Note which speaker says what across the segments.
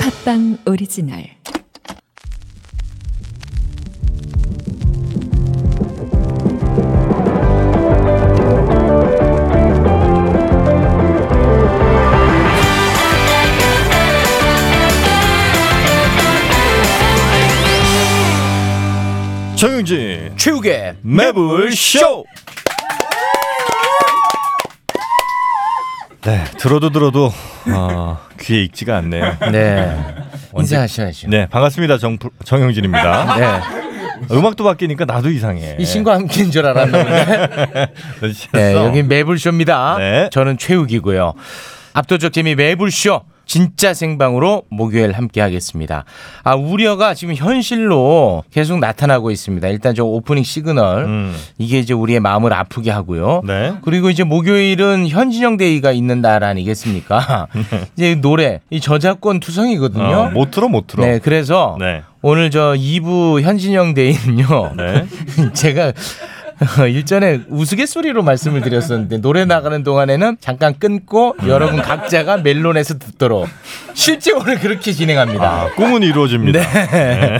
Speaker 1: 팟빵 오리지널
Speaker 2: 정영진
Speaker 3: 최욱의
Speaker 2: 매불 쇼. 네 들어도 들어도 어, 귀에 익지가 않네요.
Speaker 3: 네 인사하셔야죠.
Speaker 2: 네 반갑습니다 정 정영진입니다.
Speaker 3: 네.
Speaker 2: 음악도 바뀌니까 나도 이상해.
Speaker 3: 이 친구 함께인 줄 알았는데. 네,
Speaker 2: 네,
Speaker 3: 여기 매불쇼입니다.
Speaker 2: 네.
Speaker 3: 저는 최욱이고요. 압도적 재미 매불쇼 진짜 생방으로 목요일 함께 하겠습니다. 아, 우려가 지금 현실로 계속 나타나고 있습니다. 일단 저 오프닝 시그널
Speaker 2: 음.
Speaker 3: 이게 이제 우리의 마음을 아프게 하고요.
Speaker 2: 네.
Speaker 3: 그리고 이제 목요일은 현진영 데이가 있는 날 아니겠습니까? 이제 노래 이 저작권 투성이거든요.
Speaker 2: 어, 못 들어 못 들어.
Speaker 3: 네, 그래서
Speaker 2: 네.
Speaker 3: 오늘 저 2부 현진영 데이는요.
Speaker 2: 네.
Speaker 3: 제가 일전에 우스갯소리로 말씀을 드렸었는데 노래 나가는 동안에는 잠깐 끊고 여러분 각자가 멜론에서 듣도록 실제 오늘 그렇게 진행합니다.
Speaker 2: 아, 꿈은 이루어집니다.
Speaker 3: 네.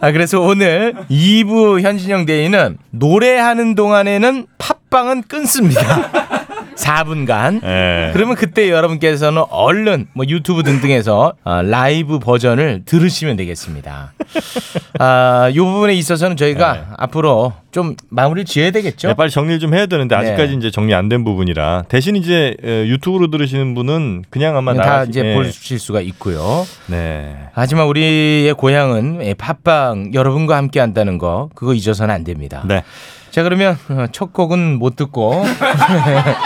Speaker 3: 아 그래서 오늘 2부 현진영 데이는 노래하는 동안에는 팟빵은 끊습니다. 4분간.
Speaker 2: 네.
Speaker 3: 그러면 그때 여러분께서는 얼른 뭐 유튜브 등등에서 아, 라이브 버전을 들으시면 되겠습니다. 아, 요 부분에 있어서는 저희가 앞으로 좀 마무리를 지어야 되겠죠?
Speaker 2: 네, 빨리 정리를 좀 해야 되는데 아직까지
Speaker 3: 네.
Speaker 2: 이제 정리 안 된 부분이라 대신 이제 에, 유튜브로 들으시는 분은 그냥 아마
Speaker 3: 다
Speaker 2: 나가시-
Speaker 3: 이제
Speaker 2: 예.
Speaker 3: 보실 수가 있고요.
Speaker 2: 네.
Speaker 3: 하지만 우리의 고향은 예, 팟빵 여러분과 함께 한다는 거 그거 잊어서는 안 됩니다.
Speaker 2: 네.
Speaker 3: 자 그러면 어, 첫 곡은 못 듣고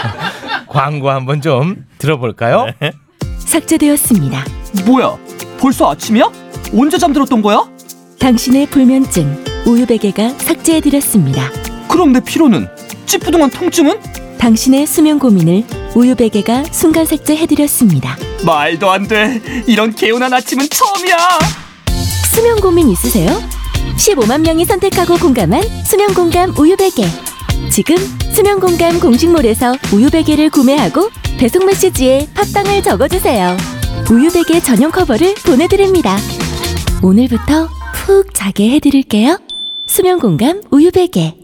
Speaker 3: 광고 한번 좀 들어볼까요?
Speaker 1: 삭제되었습니다.
Speaker 4: 뭐야? 벌써 아침이야? 언제 잠들었던 거야?
Speaker 1: 당신의 불면증 우유베개가 삭제해드렸습니다.
Speaker 4: 그럼 내 피로는? 찌뿌둥한 통증은?
Speaker 1: 당신의 수면 고민을 우유베개가 순간 삭제해드렸습니다.
Speaker 4: 말도 안 돼. 이런 개운한 아침은 처음이야.
Speaker 1: 수면 고민 있으세요? 15만 명이 선택하고 공감한 수면 공감 우유베개. 지금 수면 공감 공식몰에서 우유베개를 구매하고 배송 메시지에 팟빵을 적어주세요. 우유베개 전용 커버를 보내드립니다. 오늘부터 푹 자게 해드릴게요. 수면 공감 우유베개.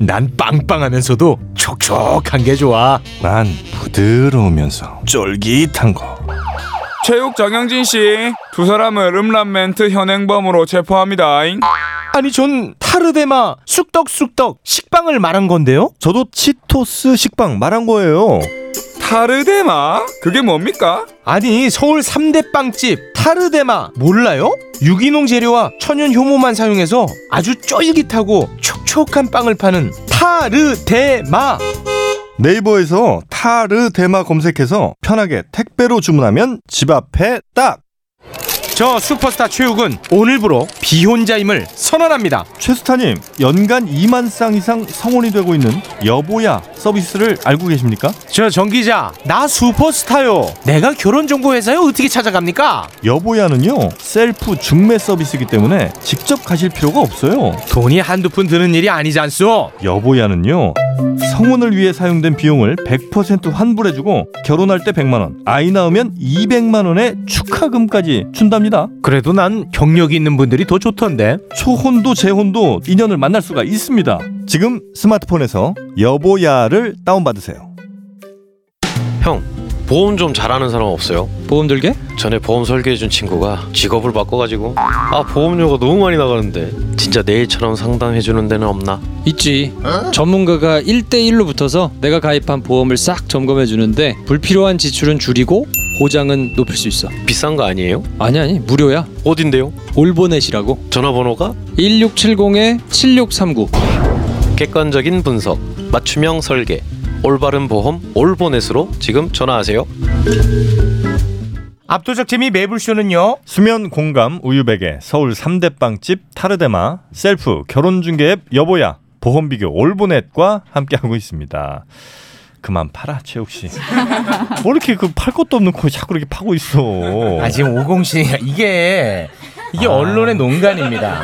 Speaker 3: 난 빵빵하면서도 촉촉한 게 좋아.
Speaker 2: 난 부드러우면서 쫄깃한 거.
Speaker 5: 체육 정영진 씨 두 사람을 음란멘트 현행범으로 체포합니다.
Speaker 3: 아니 전 타르데마 쑥떡쑥떡 식빵을 말한 건데요.
Speaker 2: 저도 치토스 식빵 말한 거예요.
Speaker 5: 타르데마 그게 뭡니까?
Speaker 3: 아니 서울 삼대 빵집 타르데마 몰라요? 유기농 재료와 천연 효모만 사용해서 아주 쫄깃하고 촉촉한 빵을 파는 타르데마
Speaker 2: 네이버에서 타르 대마 검색해서 편하게 택배로 주문하면 집 앞에 딱.
Speaker 3: 저 슈퍼스타 최욱은 오늘부로 비혼자임을 선언합니다
Speaker 2: 최수타님 연간 2만 쌍 이상 성원이 되고 있는 여보야 서비스를 알고 계십니까?
Speaker 3: 저 정기자 나 슈퍼스타요 내가 결혼정보회사요 어떻게 찾아갑니까?
Speaker 2: 여보야는요 셀프 중매 서비스이기 때문에 직접 가실 필요가 없어요.
Speaker 3: 돈이 한두 푼 드는 일이 아니지 않소
Speaker 2: 여보야는요 성혼을 위해 사용된 비용을 100% 환불해주고 결혼할 때 100만 원, 아이 낳으면 200만 원의 축하금까지 준답니다.
Speaker 3: 그래도 난 경력이 있는 분들이 더 좋던데
Speaker 2: 초혼도 재혼도 인연을 만날 수가 있습니다. 지금 스마트폰에서 여보야를 다운받으세요.
Speaker 6: 형 보험 좀 잘하는 사람 없어요?
Speaker 7: 보험 들게?
Speaker 6: 전에 보험 설계해준 친구가 직업을 바꿔가지고 아 보험료가 너무 많이 나가는데 진짜 내일처럼 상담해주는 데는 없나?
Speaker 7: 있지. 전문가가 1대1로 붙어서 내가 가입한 보험을 싹 점검해 주는데 불필요한 지출은 줄이고 보장은 높일 수 있어.
Speaker 6: 비싼 거 아니에요?
Speaker 7: 아니 아니 무료야.
Speaker 6: 어딘데요?
Speaker 7: 올보넷이라고.
Speaker 6: 전화번호가
Speaker 7: 1670-7639.
Speaker 6: 객관적인 분석 맞춤형 설계 올바른 보험 올보넷으로 지금 전화하세요
Speaker 3: 압도적 재미 매불쇼는요
Speaker 2: 수면 공감 우유베개 서울 3대 빵집 타르데마 셀프 결혼중개 앱 여보야 보험 비교 올보넷과 함께하고 있습니다. 그만 팔아 최욱 씨. 뭐 이렇게 그 팔 것도 없는 거 자꾸 이렇게 파고 있어.
Speaker 3: 아 지금 50시 이게 이게 언론의 농간입니다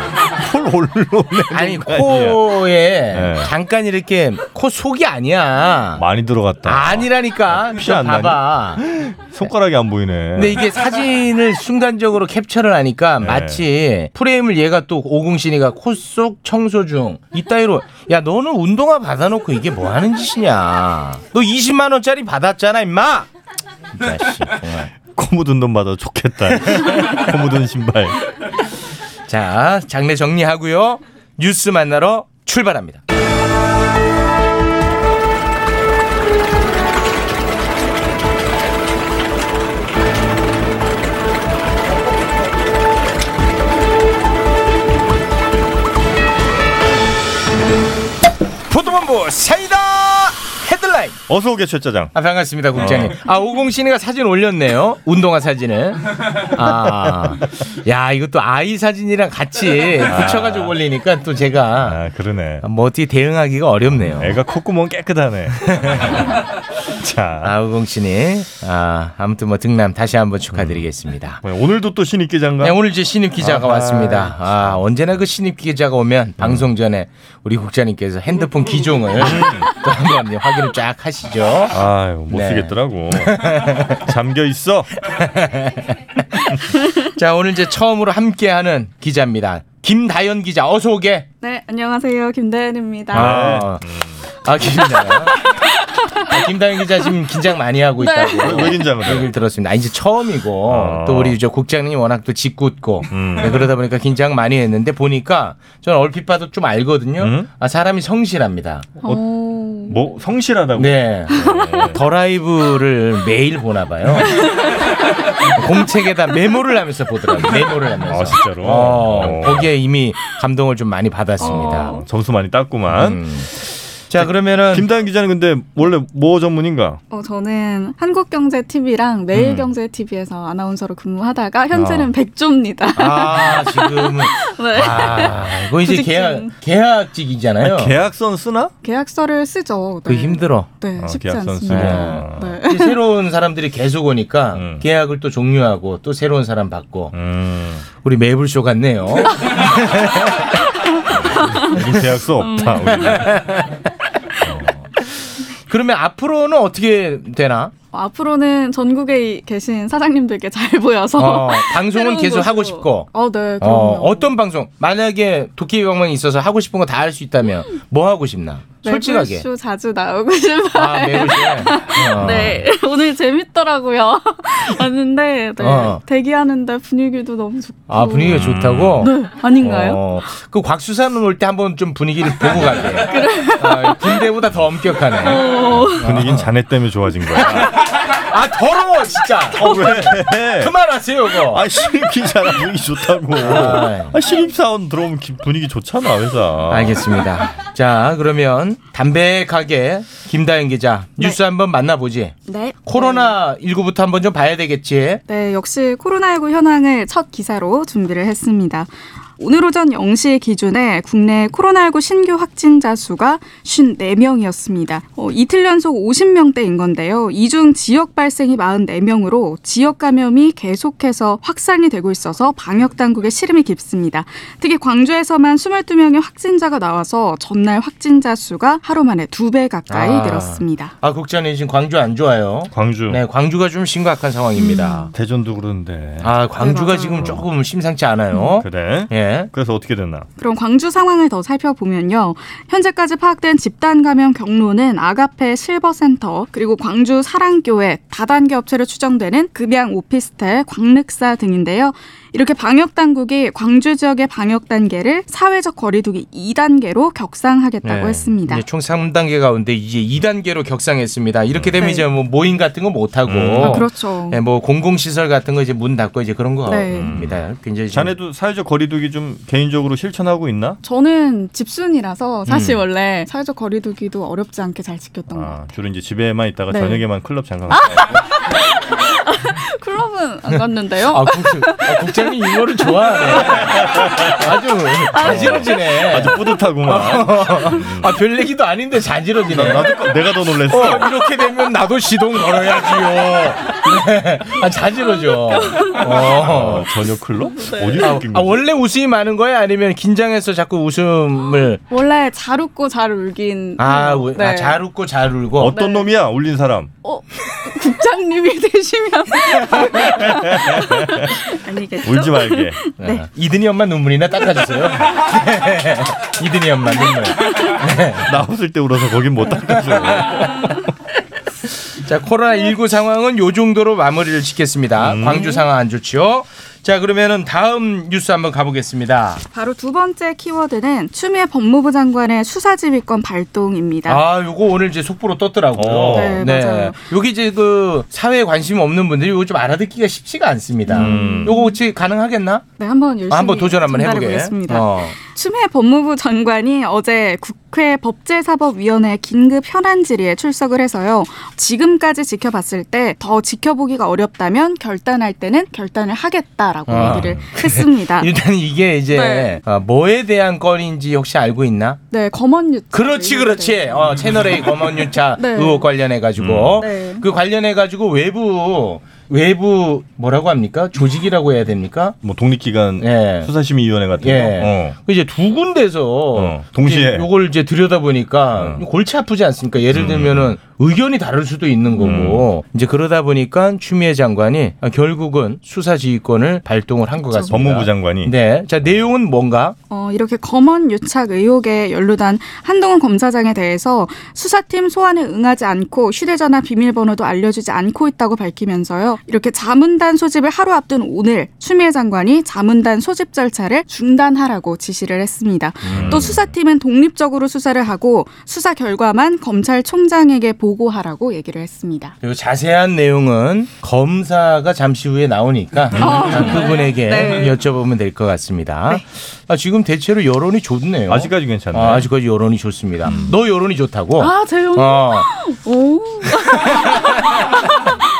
Speaker 2: 뭘 올로네.
Speaker 3: 아니
Speaker 2: 아니야.
Speaker 3: 코에
Speaker 2: 네.
Speaker 3: 잠깐 이렇게 코 속이 아니야.
Speaker 2: 많이 들어갔다.
Speaker 3: 아니라니까.
Speaker 2: 피
Speaker 3: 좀
Speaker 2: 안 나니?
Speaker 3: 봐봐.
Speaker 2: 손가락이 안 보이네.
Speaker 3: 근데 이게 사진을 순간적으로 캡처를 하니까 마치 프레임을 얘가 또 오공신이가 코 속 청소 중 이따위로 야 너는 운동화 받아놓고 이게 뭐 하는 짓이냐. 너 20만 원짜리 받았잖아 임마. 이 자식 정말.
Speaker 2: 코 묻은 돈 받아 좋겠다. 코 묻은 신발.
Speaker 3: 자, 장례 정리하고요. 뉴스 만나러 출발합니다. 보도본부 사이다 헤드라인.
Speaker 2: 어서 오게 최짜장.
Speaker 3: 아 반갑습니다 국장님. 아 오공신이가 사진 올렸네요. 운동화 사진을. 아. 아야 이것도 아이 사진이랑 같이 붙여가지고 올리니까 또 제가
Speaker 2: 아 그러네.
Speaker 3: 뭐 어떻게 대응하기가 어렵네요.
Speaker 2: 애가 콧구멍 깨끗하네. 자
Speaker 3: 아 오공신이 아 아무튼 뭐 등남 다시 한번 축하드리겠습니다.
Speaker 2: 뭐야, 오늘도 또 신입 기자인가?
Speaker 3: 네, 오늘 이제 신입 기자가 왔습니다. 아, 언제나 그 신입 기자가 오면 방송 전에 우리 국장님께서 핸드폰 기종을 또 한번 확인을 쫙 하시죠.
Speaker 2: 아유 못
Speaker 3: 네.
Speaker 2: 쓰겠더라고. 잠겨 있어.
Speaker 3: 자 오늘 이제 처음으로 함께하는 기자입니다. 김다연 기자 어서 오게.
Speaker 8: 네, 안녕하세요. 김다현입니다.
Speaker 3: 아,
Speaker 2: 네.
Speaker 3: 아 김다연. 아, 김다연 기자 지금 긴장 많이 하고 있다고.
Speaker 2: 왜 긴장을 해?
Speaker 3: 얘기를 들었습니다. 아, 이제 처음이고
Speaker 2: 아.
Speaker 3: 또 우리 저 국장님 워낙 또 짓궂고
Speaker 2: 음.
Speaker 3: 네, 그러다 보니까 긴장 많이 했는데 보니까 저는 얼핏 봐도 좀 알거든요.
Speaker 2: 음?
Speaker 3: 아, 사람이 성실합니다.
Speaker 8: 오.
Speaker 2: 뭐 성실하다고.
Speaker 3: 네. 더 라이브를 매일 보나 봐요. 공책에다 메모를 하면서 보더라고요. 메모를 하면서.
Speaker 2: 아 진짜로.
Speaker 3: 어,
Speaker 2: 어.
Speaker 3: 거기에 이미 감동을 좀 많이 받았습니다.
Speaker 2: 점수 많이 땄구만.
Speaker 3: 음. 자 그러면은
Speaker 2: 김다현 기자는 근데 원래 뭐 전문인가?
Speaker 8: 어, 저는 한국경제TV랑
Speaker 3: 음.
Speaker 8: 매일경제TV에서 아나운서로 근무하다가 현재는 백조입니다.
Speaker 3: 아 지금은
Speaker 8: 네.
Speaker 3: 아 이거 이제
Speaker 8: 구직진.
Speaker 3: 계약 계약직이잖아요.
Speaker 2: 계약선 쓰나?
Speaker 8: 계약서를 쓰죠.
Speaker 3: 그
Speaker 8: 네.
Speaker 3: 힘들어.
Speaker 8: 네,
Speaker 2: 아,
Speaker 8: 쉽지
Speaker 2: 계약서는
Speaker 8: 않습니다.
Speaker 2: 쓰고.
Speaker 8: 네.
Speaker 3: 이제 새로운 사람들이 계속 오니까
Speaker 2: 음.
Speaker 3: 계약을 또 종료하고 또 새로운 사람 받고
Speaker 2: 음.
Speaker 3: 우리 매불쇼 같네요.
Speaker 2: 음. 우리 계약서 없다.
Speaker 3: 음.
Speaker 2: 우리.
Speaker 3: 그러면 앞으로는 어떻게 되나?
Speaker 8: 어, 앞으로는 전국에 이- 계신 사장님들께 잘 보여서
Speaker 3: 어, 방송은
Speaker 8: 새로운
Speaker 3: 계속
Speaker 8: 곳으로.
Speaker 3: 하고 싶고.
Speaker 8: 어, 네, 그럼요.
Speaker 3: 어, 어떤 방송? 만약에 도끼의 방망이 있어서 하고 싶은 거 다 할 수 있다면
Speaker 8: 음.
Speaker 3: 뭐 하고 싶나? 솔직하게.
Speaker 8: 쇼 자주 나오고 싶어요.
Speaker 3: 아, 매불쇼. 어.
Speaker 8: 네, 오늘 재밌더라고요. 왔는데 네,
Speaker 3: 어.
Speaker 8: 대기하는데 분위기도 너무 좋고.
Speaker 3: 아, 분위기가
Speaker 2: 음.
Speaker 3: 좋다고?
Speaker 8: 아닌가요?
Speaker 3: 어, 그 곽수산은 올 때 한번 좀 분위기를 보고 가게. 아, 군대보다 더 엄격하네.
Speaker 2: 분위기는 자네 때문에 좋아진 거야. 아,
Speaker 3: 아, 더러워, 진짜. 어,
Speaker 2: 왜?
Speaker 3: 그만하세요, 이거.
Speaker 2: 아 신입 기자라 분위기 좋다고.
Speaker 3: 아.
Speaker 2: 아 신입 사원 들어오면 기- 분위기 좋잖아 회사.
Speaker 3: 알겠습니다. 자, 그러면 담백하게 김다현 기자 뉴스 한번 만나보지.
Speaker 8: 네.
Speaker 3: 코로나 19부터 한번 좀 봐야 되겠지.
Speaker 8: 네, 역시 코로나19 현황을 첫 기사로 준비를 했습니다. 오늘 오전 0시 기준에 국내 코로나19 신규 확진자 수가 54명이었습니다. 어, 이틀 연속 50명대인 건데요. 이 중 지역 발생이 44명으로 지역 감염이 계속해서 확산이 되고 있어서 방역 당국의 시름이 깊습니다. 특히 광주에서만 22명의 확진자가 나와서 전날 확진자 수가 하루 만에 두 배 가까이
Speaker 3: 아.
Speaker 8: 늘었습니다.
Speaker 3: 아, 국장님 지금 광주 안 좋아요.
Speaker 2: 광주,
Speaker 3: 네, 광주가 좀 심각한 상황입니다.
Speaker 2: 대전도 그런데.
Speaker 3: 아, 광주가
Speaker 8: 맞아요.
Speaker 3: 지금 조금 심상치 않아요.
Speaker 2: 음, 그래.
Speaker 3: 예.
Speaker 2: 그래서 어떻게 됐나?
Speaker 8: 그럼 광주 상황을 더 살펴보면요. 현재까지 파악된 집단 감염 경로는 아가페 실버센터 그리고 광주 사랑교회 다단계 업체로 추정되는 급양 오피스텔 광륵사 등인데요. 이렇게 방역 당국이 광주 지역의 방역 단계를 사회적 거리두기 2단계로 격상하겠다고
Speaker 3: 네.
Speaker 8: 했습니다.
Speaker 3: 이제 총 3단계 가운데 이제 2단계로 격상했습니다. 이렇게 되면
Speaker 8: 네.
Speaker 3: 이제 뭐 모임 같은 거 못 하고
Speaker 2: 음.
Speaker 8: 아, 그렇죠.
Speaker 3: 예, 뭐 공공시설 같은 거 이제 문 닫고 이제 그런
Speaker 8: 네.
Speaker 3: 거입니다. 굉장히 좀-
Speaker 2: 음. 자네도 사회적 거리두기 좀 개인적으로 실천하고 있나?
Speaker 8: 저는 집순이라서 사실
Speaker 2: 음.
Speaker 8: 원래 사회적 거리두기도 어렵지 않게 잘
Speaker 3: 음.
Speaker 8: 지켰던 것
Speaker 2: 아,
Speaker 8: 같아요.
Speaker 3: 네.
Speaker 2: 주로 이제 집에만 있다가
Speaker 8: 네.
Speaker 2: 저녁에만 클럽 잠깐. 아!
Speaker 8: 클럽은 국장은 안 갔는데요.
Speaker 3: 아, 국장, 아, 국장이 이거를 좋아하네. 아주 자지러지네.
Speaker 2: 아주 뿌듯하구만.
Speaker 3: 아, 별 얘기도 아닌데 자지러지네.
Speaker 2: 나도 그, 내가 더 놀랬어.
Speaker 3: 어, 이렇게 되면 나도 시동 걸어야지요. 네. 아, 자지러져. 어.
Speaker 2: 어, 전혀 클럽? 어디서
Speaker 3: 아,
Speaker 2: 웃긴
Speaker 3: 아,
Speaker 2: 거지?
Speaker 3: 원래 웃음이 많은 거야? 아니면 긴장해서 자꾸 웃음을.
Speaker 8: 원래 잘 웃고 잘 울긴.
Speaker 3: 아,
Speaker 8: 해요.
Speaker 3: 우- 아, 잘 웃고 잘 울고.
Speaker 2: 어떤
Speaker 8: 네.
Speaker 2: 놈이야 울린 사람?
Speaker 8: 어, 국장님이 되시면 아니겠죠?
Speaker 2: 울지 말게.
Speaker 3: 네. 이든이 엄마 눈물이나 닦아주세요. 네. 이든이 엄마 눈물.
Speaker 2: 나 웃을 때 울어서 거긴 못 닦아줘.
Speaker 3: 자, 코로나19 상황은 요 정도로 마무리를 짓겠습니다. 광주 상황 안 좋지요? 자, 그러면은 다음 뉴스 한번 가보겠습니다.
Speaker 8: 바로 두 번째 키워드는 추미애 법무부 장관의 수사지휘권 발동입니다.
Speaker 3: 아, 요거 오늘 이제 속보로 떴더라고요.
Speaker 2: 어.
Speaker 8: 네, 맞아요.
Speaker 3: 여기 이제 그 사회에 관심 없는 분들이 요거 좀 알아듣기가 쉽지가 않습니다.
Speaker 2: 음.
Speaker 3: 요거 혹시 가능하겠나?
Speaker 8: 네, 한번 열심히
Speaker 3: 아, 한번 도전 한번 해보게.
Speaker 8: 전달해보겠습니다.
Speaker 3: 어.
Speaker 8: 추미애 법무부 장관이 어제 국회 법제사법위원회 긴급 현안 질의에 출석을 해서요. 지금까지 지켜봤을 때 더 지켜보기가 어렵다면 결단할 때는 결단을 하겠다라고
Speaker 3: 아.
Speaker 8: 얘기를 했습니다.
Speaker 3: 일단 이게 이제
Speaker 8: 네.
Speaker 3: 아, 뭐에 대한 건인지 혹시 알고 있나?
Speaker 8: 네, 검언유착.
Speaker 3: 그렇지, 그렇지. 어, 채널A 검언유차
Speaker 8: 음, 네.
Speaker 3: 의혹
Speaker 2: 음.
Speaker 3: 관련해가지고.
Speaker 8: 네.
Speaker 3: 그 관련해가지고 외부, 외부 뭐라고 합니까? 조직이라고 해야 됩니까?
Speaker 2: 뭐 독립기관
Speaker 3: 예.
Speaker 2: 수사심의위원회 같은 거.
Speaker 3: 예.
Speaker 2: 어.
Speaker 3: 그 이제 두 군데서
Speaker 2: 어, 동시에.
Speaker 3: 이제 요걸 이제 들여다보니까
Speaker 2: 음.
Speaker 3: 골치 아프지 않습니까? 예를 들면은 의견이 다를 수도 있는 거고
Speaker 2: 음.
Speaker 3: 이제 그러다 보니까 추미애 장관이 결국은 수사지휘권을 발동을 한 것 같습니다.
Speaker 2: 법무부 장관이
Speaker 3: 네. 자, 내용은 뭔가?
Speaker 8: 어, 이렇게 검언 유착 의혹에 연루된 한동훈 검사장에 대해서 수사팀 소환에 응하지 않고 휴대전화 비밀번호도 알려주지 않고 있다고 밝히면서요. 이렇게 자문단 소집을 하루 앞둔 오늘 추미애 장관이 자문단 소집 절차를 중단하라고 지시를 했습니다.
Speaker 3: 음.
Speaker 8: 또 수사팀은 독립적으로 수사를 하고 수사 결과만 검찰총장에게 보고하라고 얘기를 했습니다.
Speaker 3: 그리고 자세한 내용은 검사가 잠시 후에 나오니까 그분에게
Speaker 8: 아, 네.
Speaker 3: 여쭤보면 될 것 같습니다. 아, 지금 대체로 여론이 좋네요.
Speaker 2: 아직까지 음. 괜찮네.
Speaker 3: 아, 아직까지 여론이 좋습니다. 너 여론이 좋다고?
Speaker 8: 아, 재용.
Speaker 3: 어.
Speaker 8: 오.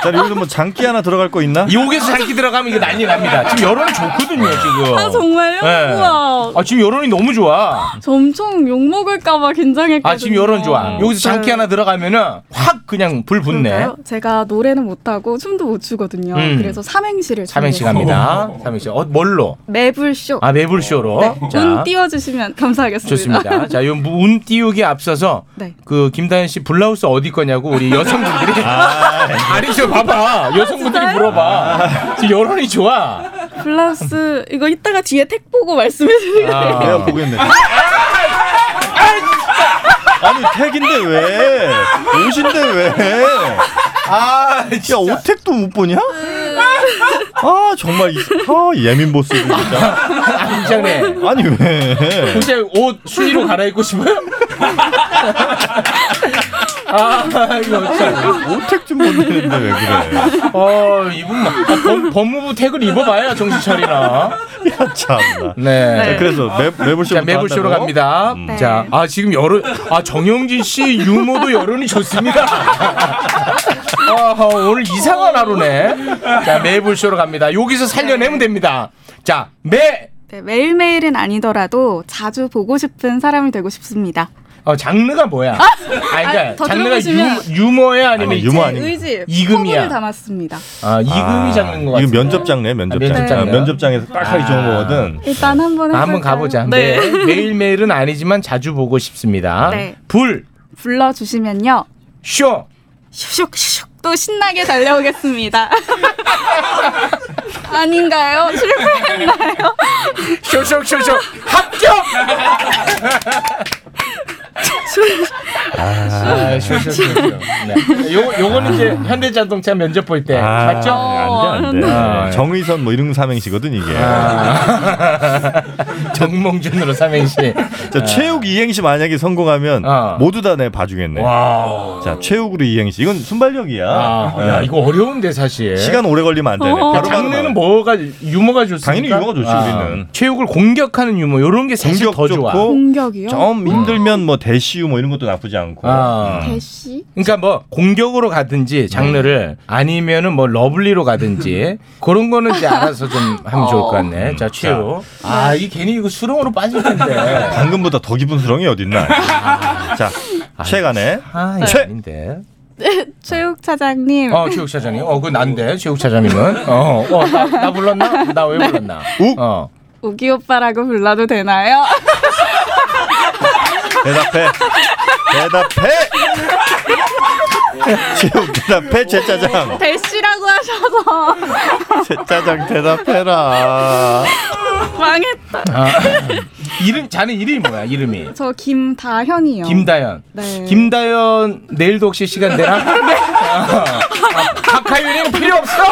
Speaker 2: 자, 여기서 뭐 장기 하나 들어갈 거 있나?
Speaker 3: 여기서 장기 들어가면 이거 난리 납니다. 지금 여론이
Speaker 2: 네.
Speaker 3: 좋거든요, 지금.
Speaker 8: 아, 정말요?
Speaker 3: 네.
Speaker 8: 우와.
Speaker 3: 아, 지금 여론이 너무 좋아.
Speaker 8: 저 엄청 욕먹을까봐 긴장했거든요.
Speaker 3: 아, 지금 여론
Speaker 2: 음.
Speaker 3: 좋아. 여기서 장기
Speaker 8: 네.
Speaker 3: 하나 들어가면은 확 그냥 불 붙네.
Speaker 8: 그런가요? 제가 노래는 못하고 춤도 못 추거든요.
Speaker 3: 음.
Speaker 8: 그래서 삼행시를
Speaker 3: 삼행시 갑니다. 삼행시. 어, 뭘로?
Speaker 8: 매불쇼.
Speaker 3: 아, 매불쇼로.
Speaker 8: 운 띄워주시면 감사하겠습니다.
Speaker 3: 좋습니다. 자, 요 운 띄우기에 앞서서
Speaker 8: 네.
Speaker 3: 그 김다현 씨 블라우스 어디 거냐고 우리 여성분들이 아, 니저 봐봐 여성분들이 물어봐 지금 여론이 좋아
Speaker 8: 블라우스 이거 이따가 뒤에 택 보고 말씀해주세요.
Speaker 3: 아.
Speaker 2: 아, 내가 보겠네. 아니 택인데 왜? 옷인데 왜? 아, 야 오택도 못 보냐? 아 정말 이- 아, 예민 보스 진짜.
Speaker 3: 이장래
Speaker 2: 아니 왜?
Speaker 3: 혹시 옷 순위로 갈아입고 싶어요? 아 이거 어떡하지?
Speaker 2: 오택 좀 보는데 왜 그래?
Speaker 3: 어 이분 막 아, 법, 법무부 택을 입어봐야 정신 차리나
Speaker 2: 야 참나. 자,
Speaker 3: 네.
Speaker 2: 그래서 매, 매불쇼
Speaker 3: 자 매불쇼로 갑니다.
Speaker 2: 음.
Speaker 8: 네.
Speaker 3: 자, 아 지금 여론, 아 정영진 씨 유머도 여론이 좋습니다. 아, 오늘 이상한 하루네. 자 매불쇼로 갑니다. 여기서 살려내면 됩니다. 자 매.
Speaker 8: 네, 매일매일은 아니더라도 자주 보고 싶은 사람이 되고 싶습니다.
Speaker 3: 어, 장르가 뭐야? 아, 그러니까
Speaker 8: 아니, 더
Speaker 3: 장르가
Speaker 8: 들어보시면-
Speaker 3: 유, 유머야 아니면
Speaker 2: 아니, 유머
Speaker 8: 제
Speaker 2: 아니고.
Speaker 8: 의지,
Speaker 3: 이금이야.
Speaker 8: 포부를 담았습니다.
Speaker 3: 아 이금이 장르인 것 같아.
Speaker 2: 이거 면접 장르 면접
Speaker 3: 아, 면접
Speaker 2: 장르. 아,
Speaker 3: 장르.
Speaker 2: 면접 장에서 딱 하기 좋은 거거든.
Speaker 8: 일단 한번 해볼까요?
Speaker 3: 아, 한번 가보자.
Speaker 8: 네.
Speaker 3: 매, 매일매일은 아니지만 자주 보고 싶습니다.
Speaker 8: 네.
Speaker 3: 불,
Speaker 8: 불러주시면요.
Speaker 3: 쇼.
Speaker 8: 슉슉슉 또 신나게 달려오겠습니다. 아닌가요? 실패했나요?
Speaker 3: 쇼쇼쇼쇼 합격! 아, 쇼쇼쇼쇼. 네. 요거 요거는 이제 현대자동차 면접 볼 때
Speaker 2: 아,
Speaker 3: 맞죠?
Speaker 2: 안돼 안돼.
Speaker 3: 아, 예. 아.
Speaker 2: 정의선 뭐 이런 삼행시거든 이게.
Speaker 3: 정몽준으로 삼행시.
Speaker 2: 자, 최욱 이행시 만약에 성공하면
Speaker 3: 어.
Speaker 2: 모두 다 내 봐주겠네.
Speaker 3: 와.
Speaker 2: 자, 최욱으로 이행시. 이건 순발력이야.
Speaker 3: 아,
Speaker 2: 네.
Speaker 3: 야, 이거 어려운데 사실.
Speaker 2: 시간 오래 걸리면 안 되네.
Speaker 8: 어허.
Speaker 2: 바로 바로
Speaker 3: 장르는
Speaker 2: 나와.
Speaker 3: 뭐가 유머가 좋습니까? 아,
Speaker 2: 당연히 유머가 좋지, 우리는.
Speaker 3: 체육을 공격하는 유머 이런 게 사실
Speaker 2: 공격
Speaker 3: 더 좋아.
Speaker 2: 좋고
Speaker 8: 공격이요?
Speaker 2: 좀 힘들면 뭐 대시유 뭐 이런 것도 나쁘지 않고.
Speaker 3: 아.
Speaker 8: 대시?
Speaker 3: 그러니까 뭐 공격으로 가든지 장르를 아니면은 뭐 러블리로 가든지 그런 거는 이제 알아서 좀 하면 좋을 것 같네. 자, 최우. 아, 이 괜히 이거 수렁으로 빠질 텐데.
Speaker 2: 방금보다 더 기분 수렁이 어딨나? 자, 최간에
Speaker 3: 아, 이거
Speaker 2: 최-
Speaker 3: 아닌데.
Speaker 8: 최욱 차장님.
Speaker 3: 어, 최욱 차장님. 어, 그거 난데. 최욱 차장님은. 어, 어, 나, 나 불렀나? 나 왜 불렀나?
Speaker 2: 욱!
Speaker 3: 어.
Speaker 8: 우기 오빠라고 불러도 되나요?
Speaker 2: 대답해. 대답해. 최욱 대답해 제짜장.
Speaker 8: 대시라고 하셔서
Speaker 2: 제짜장 대답해라.
Speaker 8: 망했다.
Speaker 3: 아. 이름 자네 이름이 뭐야? 이름이.
Speaker 8: 저 김다현이요.
Speaker 3: 김다연.
Speaker 8: 네.
Speaker 3: 김다연 내일도 혹시 시간 되나? 아, 아, 박하윤이는 필요 없어.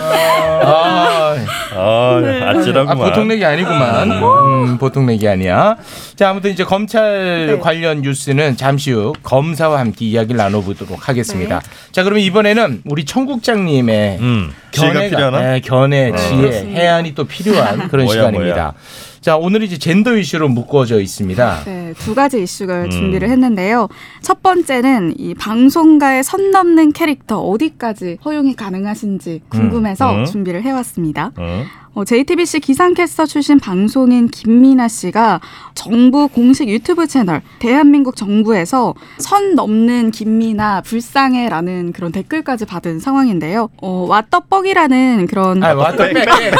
Speaker 3: 아,
Speaker 2: 아,
Speaker 3: 아,
Speaker 2: 아찔하구만.
Speaker 3: 보통 내기 아니구만. 음, 보통 내기 아니야. 자, 아무튼 이제 검찰
Speaker 8: 네.
Speaker 3: 관련 뉴스는 잠시 후 검사와 함께 이야기를 나눠보도록 하겠습니다.
Speaker 8: 네.
Speaker 3: 자, 그러면 이번에는 우리 청국장님의
Speaker 2: 음. 지혜가
Speaker 3: 견해가,
Speaker 2: 필요하나? 어.
Speaker 3: 네, 견해, 지혜, 해안이 또 필요한 그런
Speaker 2: 뭐야,
Speaker 3: 시간입니다.
Speaker 2: 뭐야.
Speaker 3: 자, 오늘 이제 젠더 이슈로 묶어져 있습니다.
Speaker 8: 네, 두 가지 이슈를
Speaker 2: 음.
Speaker 8: 준비를 했는데요. 첫 번째는 이 방송가의 선 넘는 캐릭터 어디까지 허용이 가능하신지 궁금해서
Speaker 2: 음.
Speaker 8: 준비를 해왔습니다.
Speaker 2: 응?
Speaker 8: 어, JTBC 기상캐스터 출신 방송인 김민아 씨가 정부 공식 유튜브 채널 대한민국 정부에서 선 넘는 김민아 불쌍해라는 그런 댓글까지 받은 상황인데요. 어, 왓더뻑이라는 그런
Speaker 3: 아, 왓더 백, 백, 백.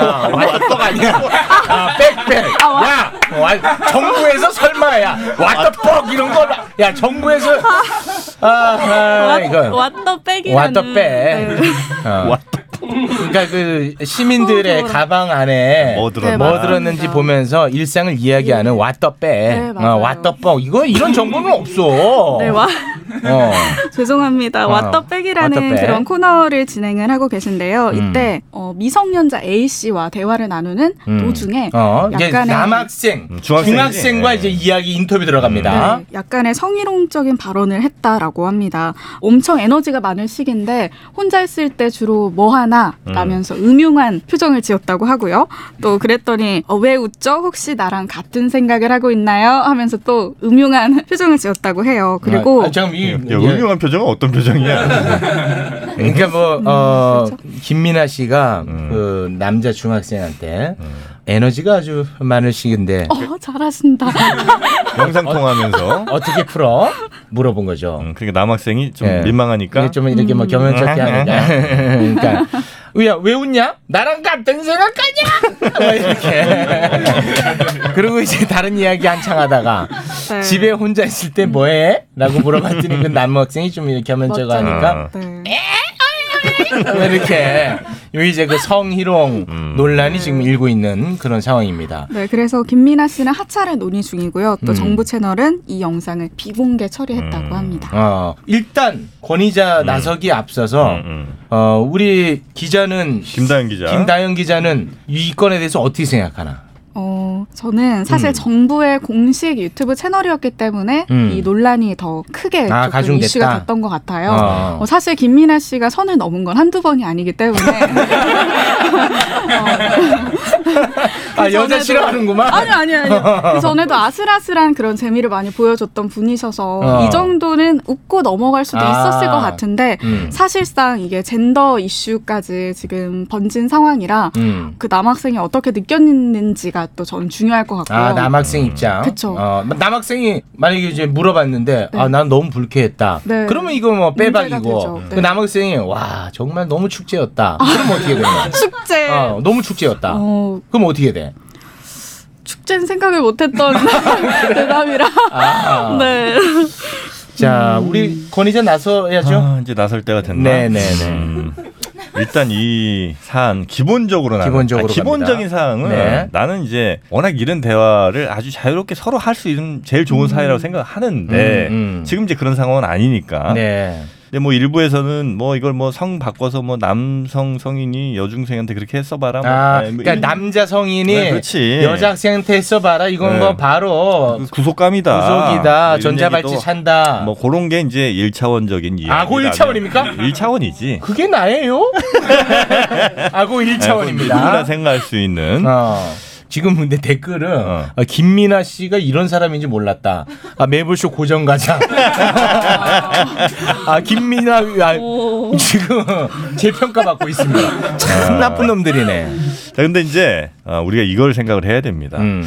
Speaker 3: 아, 왓더 아니야. 아, 백, 백. 야, 와, 정부에서 설마, 야, 왓더 뻑 이런 거. 야, 정부에서. 아, 아 이거.
Speaker 8: 왓더백이라는 네.
Speaker 3: 왓더 백. 어. 그러니까 그 시민들의
Speaker 8: 어, 더워라.
Speaker 3: 가방 안에
Speaker 2: 뭐 들었나?
Speaker 8: 네,
Speaker 3: 뭐
Speaker 8: 맞습니다.
Speaker 3: 들었는지 보면서 일상을 이야기하는 왓더
Speaker 8: 네,
Speaker 3: 백.
Speaker 8: 맞아요.
Speaker 3: 왓더 뻑. 이거 이런 정보는 없어.
Speaker 8: 네, 와,
Speaker 3: 어.
Speaker 8: 죄송합니다.
Speaker 3: 어,
Speaker 8: 왓더백이라는
Speaker 3: 왓더백.
Speaker 8: 그런 코너를 진행을 하고 계신데요. 이때 어, 미성년자 A 씨와 대화를 나누는
Speaker 3: 음.
Speaker 8: 도중에
Speaker 3: 어, 이제
Speaker 8: 약간의-
Speaker 3: 남학생,
Speaker 2: 음, 중학생이지.
Speaker 3: 중학생과
Speaker 2: 예.
Speaker 3: 이제 이야기 인터뷰 들어갑니다.
Speaker 8: 네, 약간의 성희롱적인 발언을 했다라고 합니다. 엄청 에너지가 많을 시기인데 혼자 있을 때 주로 뭐 하나 라면서 음흉한 표정을 지었다고 하고요. 또 그랬더니 어, 왜 웃죠? 혹시 나랑 같은 생각을 하고 있나요? 하면서 또 음흉한 표정을 지었다고 해요. 그리고
Speaker 3: 아, 잠깐 이
Speaker 2: 야, 음흉한 표정은 어떤
Speaker 3: 네.
Speaker 2: 표정이야?
Speaker 3: 그러니까 뭐
Speaker 8: 음.
Speaker 3: 어,
Speaker 8: 그렇죠.
Speaker 3: 김민아 씨가
Speaker 2: 음.
Speaker 3: 그 남자 중학생한테 에너지가 아주 많을 시기인데
Speaker 8: 어, 잘하신다.
Speaker 2: 영상 통화하면서.
Speaker 3: 어떻게 풀어? 물어본 거죠.
Speaker 2: 음, 그러니까 남학생이 좀
Speaker 3: 예.
Speaker 2: 민망하니까.
Speaker 3: 좀 이렇게
Speaker 8: 음.
Speaker 3: 뭐 겸연쩍게 하니까. 그러니까 야, 왜 웃냐? 나랑 같은 생각하냐? 이렇게. 그리고 이제 다른 이야기 한창 하다가
Speaker 8: 네.
Speaker 3: 집에 혼자 있을 때 뭐해? 라고 물어봤더니 그 남학생이 좀 이렇게 겸연쩍
Speaker 8: 멋져요.
Speaker 3: 하니까
Speaker 2: 어.
Speaker 8: 네.
Speaker 3: 이렇게 요 이제 그 성희롱
Speaker 2: 음.
Speaker 3: 논란이 지금 일고 있는 그런 상황입니다.
Speaker 8: 네, 그래서 김민아 씨는 하차를 논의 중이고요. 또 정부 채널은 이 영상을 비공개 처리했다고 합니다.
Speaker 3: 어 일단 권위자 나서기 앞서서
Speaker 2: 음.
Speaker 3: 어 우리 기자는
Speaker 2: 김다현 기자.
Speaker 3: 김다현 기자는 이 건에 대해서 어떻게 생각하나?
Speaker 8: 어, 저는 사실 정부의 공식 유튜브 채널이었기 때문에
Speaker 3: 음.
Speaker 8: 이 논란이 더 크게
Speaker 3: 아,
Speaker 8: 조금
Speaker 3: 가중됐다.
Speaker 8: 이슈가 됐던 것 같아요.
Speaker 3: 어.
Speaker 8: 어, 사실 김민아 씨가 선을 넘은 건 한두 번이 아니기 때문에
Speaker 3: 아 여자
Speaker 8: 그 전에도-
Speaker 3: 싫어하는구만.
Speaker 8: 아니 아니 아니 그 전에도 아슬아슬한 그런 재미를 많이 보여줬던 분이셔서
Speaker 3: 어.
Speaker 8: 이 정도는 웃고 넘어갈 수도
Speaker 3: 아.
Speaker 8: 있었을 것 같은데
Speaker 3: 음.
Speaker 8: 사실상 이게 젠더 이슈까지 지금 번진 상황이라
Speaker 3: 음.
Speaker 8: 그 남학생이 어떻게 느꼈는지가 또 저는 중요할 것 같고요.
Speaker 3: 아 남학생 입장.
Speaker 8: 그쵸.
Speaker 3: 어 남학생이 만약에 이제 물어봤는데 아 난 너무 불쾌했다.
Speaker 8: 네.
Speaker 3: 그러면 이거 뭐 빼박이고
Speaker 8: 문제가
Speaker 2: 음.
Speaker 8: 되죠.
Speaker 3: 그
Speaker 8: 네.
Speaker 3: 남학생이 와 정말 너무 축제였다. 그럼 어떻게 되나?
Speaker 8: 축제.
Speaker 3: 어 너무 축제였다.
Speaker 8: 어,
Speaker 3: 그럼 어떻게 돼?
Speaker 8: 축제는 생각을 못했던 대답이라.
Speaker 3: 아.
Speaker 8: 네.
Speaker 3: 자,
Speaker 2: 음.
Speaker 3: 우리 권위자 나서야죠.
Speaker 2: 아, 이제 나설 때가 됐나?
Speaker 3: 네네네.
Speaker 2: 음, 일단 이 사안 기본적으로 나는
Speaker 3: 기본적으로
Speaker 2: 아, 기본적인
Speaker 3: 갑니다.
Speaker 2: 사항은
Speaker 3: 네.
Speaker 2: 나는 이제 워낙 이런 대화를 아주 자유롭게 서로 할 수 있는 제일 좋은 사이라고 생각하는데
Speaker 3: 음, 음.
Speaker 2: 지금 이제 그런 상황은 아니니까
Speaker 3: 네.
Speaker 2: 근데 뭐 일부에서는 뭐 이걸 뭐 성 바꿔서 뭐 남성 성인이 여중생한테 그렇게 써봐라. 뭐.
Speaker 3: 아,
Speaker 2: 네, 뭐
Speaker 3: 그러니까
Speaker 2: 이런
Speaker 3: 남자 성인이
Speaker 2: 네, 그렇지.
Speaker 3: 여자 학생한테 써봐라. 이건
Speaker 2: 네.
Speaker 3: 뭐 바로
Speaker 2: 구속감이다.
Speaker 3: 구속이다.
Speaker 2: 뭐 이런
Speaker 3: 전자발찌
Speaker 2: 얘기도
Speaker 3: 찬다.
Speaker 2: 뭐 그런 게 이제 1차원적인 이야기.
Speaker 3: 아고 1차원입니까?
Speaker 2: 1차원이지.
Speaker 3: 그게 나예요? 아고
Speaker 2: 네, 뭐 누구나
Speaker 3: 1차원입니다.
Speaker 2: 생각할 수 있는.
Speaker 3: 어. 지금 근데 댓글은
Speaker 2: 어.
Speaker 3: 어, 김민아 씨가 이런 사람인지 몰랐다. 아 매불쇼 고정 가자. 아 김민아 아, 지금 재평가 받고 있습니다.
Speaker 2: 어.
Speaker 3: 참 나쁜 놈들이네.
Speaker 2: 자, 근데 이제 어, 우리가 이걸 생각을 해야 됩니다.
Speaker 3: 음.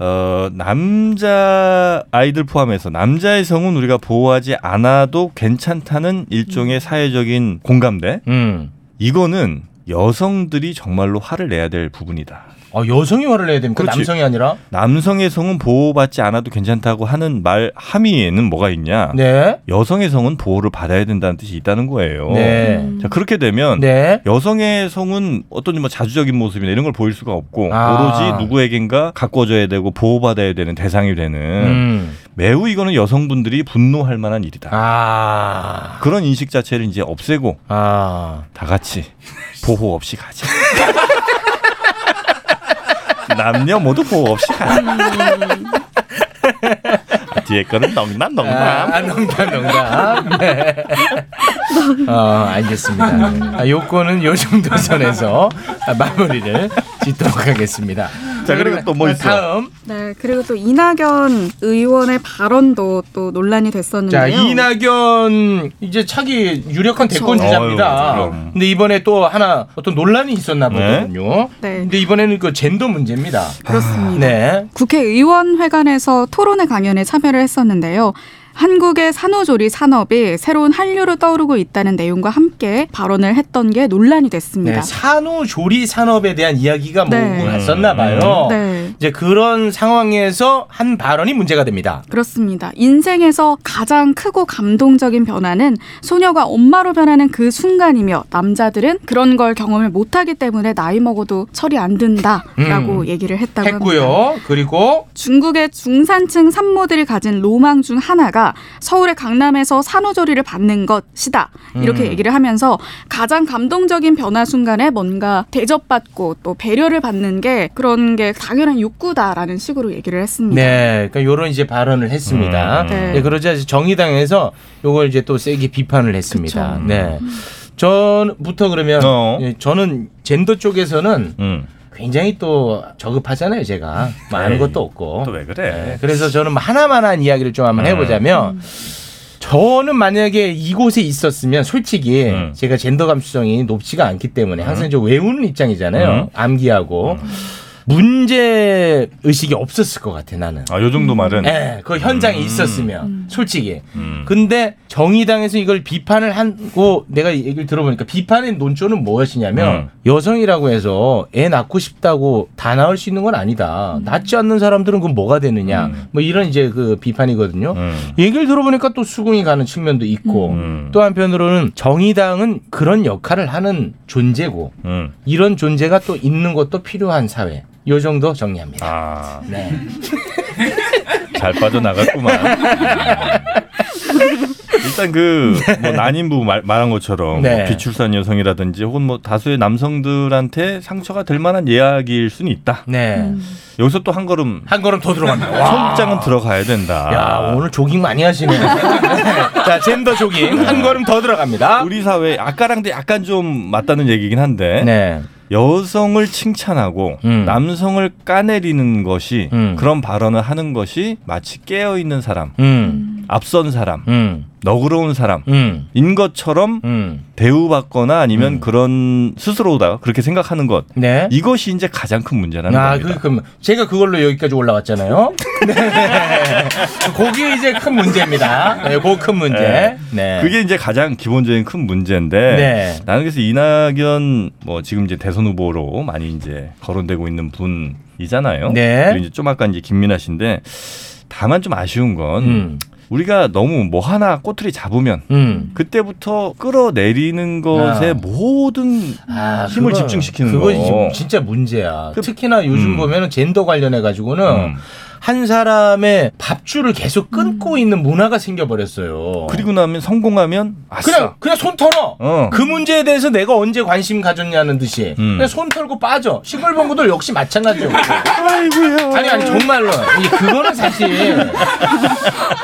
Speaker 2: 어, 남자 아이들 포함해서 남자의 성은 우리가 보호하지 않아도 괜찮다는 일종의 사회적인 공감대.
Speaker 3: 음.
Speaker 2: 이거는 여성들이 정말로 화를 내야 될 부분이다.
Speaker 3: 아 여성이 화를 내야 됩니까?
Speaker 2: 그렇지.
Speaker 3: 남성이 아니라?
Speaker 2: 남성의 성은 보호받지 않아도 괜찮다고 하는 말 함의에는 뭐가 있냐?
Speaker 3: 네.
Speaker 2: 여성의 성은 보호를 받아야 된다는 뜻이 있다는 거예요.
Speaker 3: 네.
Speaker 2: 자, 그렇게 되면
Speaker 3: 네.
Speaker 2: 여성의 성은 어떤 뭐 자주적인 모습이나 이런 걸 보일 수가 없고
Speaker 3: 아.
Speaker 2: 오로지 누구에겐가 가꿔줘야 되고 보호받아야 되는 대상이 되는
Speaker 3: 음.
Speaker 2: 매우 이거는 여성분들이 분노할 만한 일이다.
Speaker 3: 아.
Speaker 2: 그런 인식 자체를 이제 없애고
Speaker 3: 아.
Speaker 2: 다 같이 보호 없이 가자. 남녀 모두 보호 없이 가자.
Speaker 3: 음.
Speaker 2: 아, 뒤에 거는 넉남 넉남.
Speaker 3: 아, 농담, 농담. 네. 어, 알겠습니다. 아, 요거는 요 정도 선에서 아, 마무리를 짓도록 하겠습니다.
Speaker 2: 자, 그리고 또뭐 있어?
Speaker 3: 다음.
Speaker 8: 네, 그리고 또 이낙연 의원의 발언도 또 논란이 됐었는데요.
Speaker 3: 자, 이낙연, 이제 차기 유력한
Speaker 8: 그쵸.
Speaker 3: 대권 주자입니다.
Speaker 2: 그렇죠. 어휴, 그럼.
Speaker 3: 근데 이번에 또 하나 어떤 논란이 있었나
Speaker 2: 네.
Speaker 3: 보거든요.
Speaker 8: 네.
Speaker 3: 근데 이번에는 그 젠더 문제입니다.
Speaker 8: 그렇습니다.
Speaker 3: 네.
Speaker 8: 국회의원회관에서 토론회 강연에 참여를 했었는데요. 한국의 산후조리 산업이 새로운 한류로 떠오르고 있다는 내용과 함께 발언을 했던 게 논란이 됐습니다.
Speaker 3: 네, 산후 조리 산업에 대한 이야기가 뭐
Speaker 8: 네.
Speaker 3: 오고 갔었나 봐요.
Speaker 8: 네.
Speaker 3: 이제 그런 상황에서 한 발언이 문제가 됩니다.
Speaker 8: 그렇습니다. 인생에서 가장 크고 감동적인 변화는 소녀가 엄마로 변하는 그 순간이며 남자들은 그런 걸 경험을 못하기 때문에 나이 먹어도 철이 안 든다라고
Speaker 3: 음.
Speaker 8: 얘기를 했다고 합니다.
Speaker 3: 했고요. 그리고
Speaker 8: 중국의 중산층 산모들이 가진 로망 중 하나가 서울의 강남에서 산후조리를 받는 것이다. 이렇게
Speaker 3: 음.
Speaker 8: 얘기를 하면서 가장 감동적인 변화 순간에 뭔가 대접받고 또 배려를 받는 게 그런 게 당연한 욕구다라는 식으로 얘기를 했습니다.
Speaker 3: 네, 그러니까 요런 이제 발언을 했습니다.
Speaker 8: 음.
Speaker 2: 음.
Speaker 8: 네.
Speaker 3: 네, 그러자 이제 정의당에서 요걸 이제 또 세게 비판을 했습니다.
Speaker 8: 그쵸.
Speaker 3: 네. 전부터 그러면
Speaker 2: 어.
Speaker 3: 예, 저는 젠더 쪽에서는
Speaker 2: 음.
Speaker 3: 굉장히 또 저급하잖아요, 제가. 뭐 아는
Speaker 2: 에이,
Speaker 3: 것도 없고.
Speaker 2: 또 왜
Speaker 3: 네,
Speaker 2: 그래?
Speaker 3: 그래서 저는 뭐 하나만한 이야기를 좀
Speaker 2: 네.
Speaker 3: 한번 해보자면 저는 만약에 이곳에 있었으면 솔직히
Speaker 2: 음.
Speaker 3: 제가 젠더 감수성이 높지가 않기 때문에 항상 좀 외우는 입장이잖아요.
Speaker 2: 음.
Speaker 3: 암기하고 문제 의식이 없었을 것 같아 나는.
Speaker 2: 아, 요 정도 말은.
Speaker 3: 예, 그 현장에 그
Speaker 2: 음.
Speaker 3: 있었으면 솔직히.
Speaker 2: 음.
Speaker 3: 근데 정의당에서 이걸 비판을 하고 내가 얘기를 들어보니까 비판의 논조는 무엇이냐면
Speaker 2: 음.
Speaker 3: 여성이라고 해서 애 낳고 싶다고 다 낳을 수 있는 건 아니다.
Speaker 2: 음.
Speaker 3: 낳지 않는 사람들은 그럼 뭐가 되느냐. 뭐 이런 이제 그 비판이거든요.
Speaker 2: 음.
Speaker 3: 얘기를 들어보니까 또 수긍이 가는 측면도 있고
Speaker 2: 음.
Speaker 3: 또 한편으로는 정의당은 그런 역할을 하는 존재고
Speaker 2: 음.
Speaker 3: 이런 존재가 또 있는 것도 필요한 사회. 요 정도 정리합니다.
Speaker 2: 아,
Speaker 3: 네.
Speaker 2: 잘 빠져나갔구만. 일단 그 뭐 난임부 말, 한 것처럼
Speaker 3: 네.
Speaker 2: 뭐 비출산 여성이라든지 혹은 뭐 다수의 남성들한테 상처가 될 만한 이야기일 수는 있다.
Speaker 3: 네.
Speaker 2: 여기서 또 한 걸음
Speaker 3: 한 걸음 더 들어갑니다. 와.
Speaker 2: 소극장은 들어가야 된다.
Speaker 3: 야 오늘 조깅 많이 하시네. 자 젠더 조깅 한 걸음 더 들어갑니다.
Speaker 2: 네. 우리 사회 아까랑도 약간 좀 맞다는 얘기긴 한데
Speaker 3: 네.
Speaker 2: 여성을 칭찬하고
Speaker 3: 음.
Speaker 2: 남성을 까내리는 것이
Speaker 3: 음.
Speaker 2: 그런 발언을 하는 것이 마치 깨어 있는 사람,
Speaker 3: 음.
Speaker 2: 앞선 사람,
Speaker 3: 음.
Speaker 2: 너그러운 사람.
Speaker 3: 음.
Speaker 2: 인 것처럼
Speaker 3: 음.
Speaker 2: 대우받거나 아니면 그런 스스로다 그렇게 생각하는 것
Speaker 3: 네.
Speaker 2: 이것이 이제 가장 큰 문제라는
Speaker 3: 아, 그,
Speaker 2: 겁니다.
Speaker 3: 그럼 제가 그걸로 여기까지 올라왔잖아요. 네. 그게 이제 큰 문제입니다. 네, 그큰 문제. 네.
Speaker 2: 그게 이제 가장 기본적인 큰 문제인데
Speaker 3: 네.
Speaker 2: 나는 그래서 이낙연 뭐 지금 이제 대선 후보로 많이 이제 거론되고 있는 분이잖아요.
Speaker 3: 네.
Speaker 2: 그리고 이제 좀 아까 이제 김민아 씨인데 다만 좀 아쉬운 건
Speaker 3: 음.
Speaker 2: 우리가 너무 뭐 하나 꼬투리 잡으면
Speaker 3: 음.
Speaker 2: 그때부터 끌어내리는 것에
Speaker 3: 아.
Speaker 2: 모든
Speaker 3: 아,
Speaker 2: 힘을 집중시키는
Speaker 3: 그거
Speaker 2: 거.
Speaker 3: 진짜 문제야.
Speaker 2: 그-
Speaker 3: 특히나 요즘
Speaker 2: 음.
Speaker 3: 보면은 젠더 관련해 가지고는
Speaker 2: 음.
Speaker 3: 한 사람의 밥줄을 계속 끊고 있는 문화가 생겨버렸어요.
Speaker 2: 그리고 나면 성공하면 아싸.
Speaker 3: 그냥 그냥 손 털어.
Speaker 2: 어.
Speaker 3: 그 문제에 대해서 내가 언제 관심 가졌냐는 듯이
Speaker 2: 음.
Speaker 3: 그냥 손 털고 빠져. 싱글벙글들 역시 마찬가지예요.
Speaker 2: 아이고야.
Speaker 3: 아니 아니 정말로 이 그거는 사실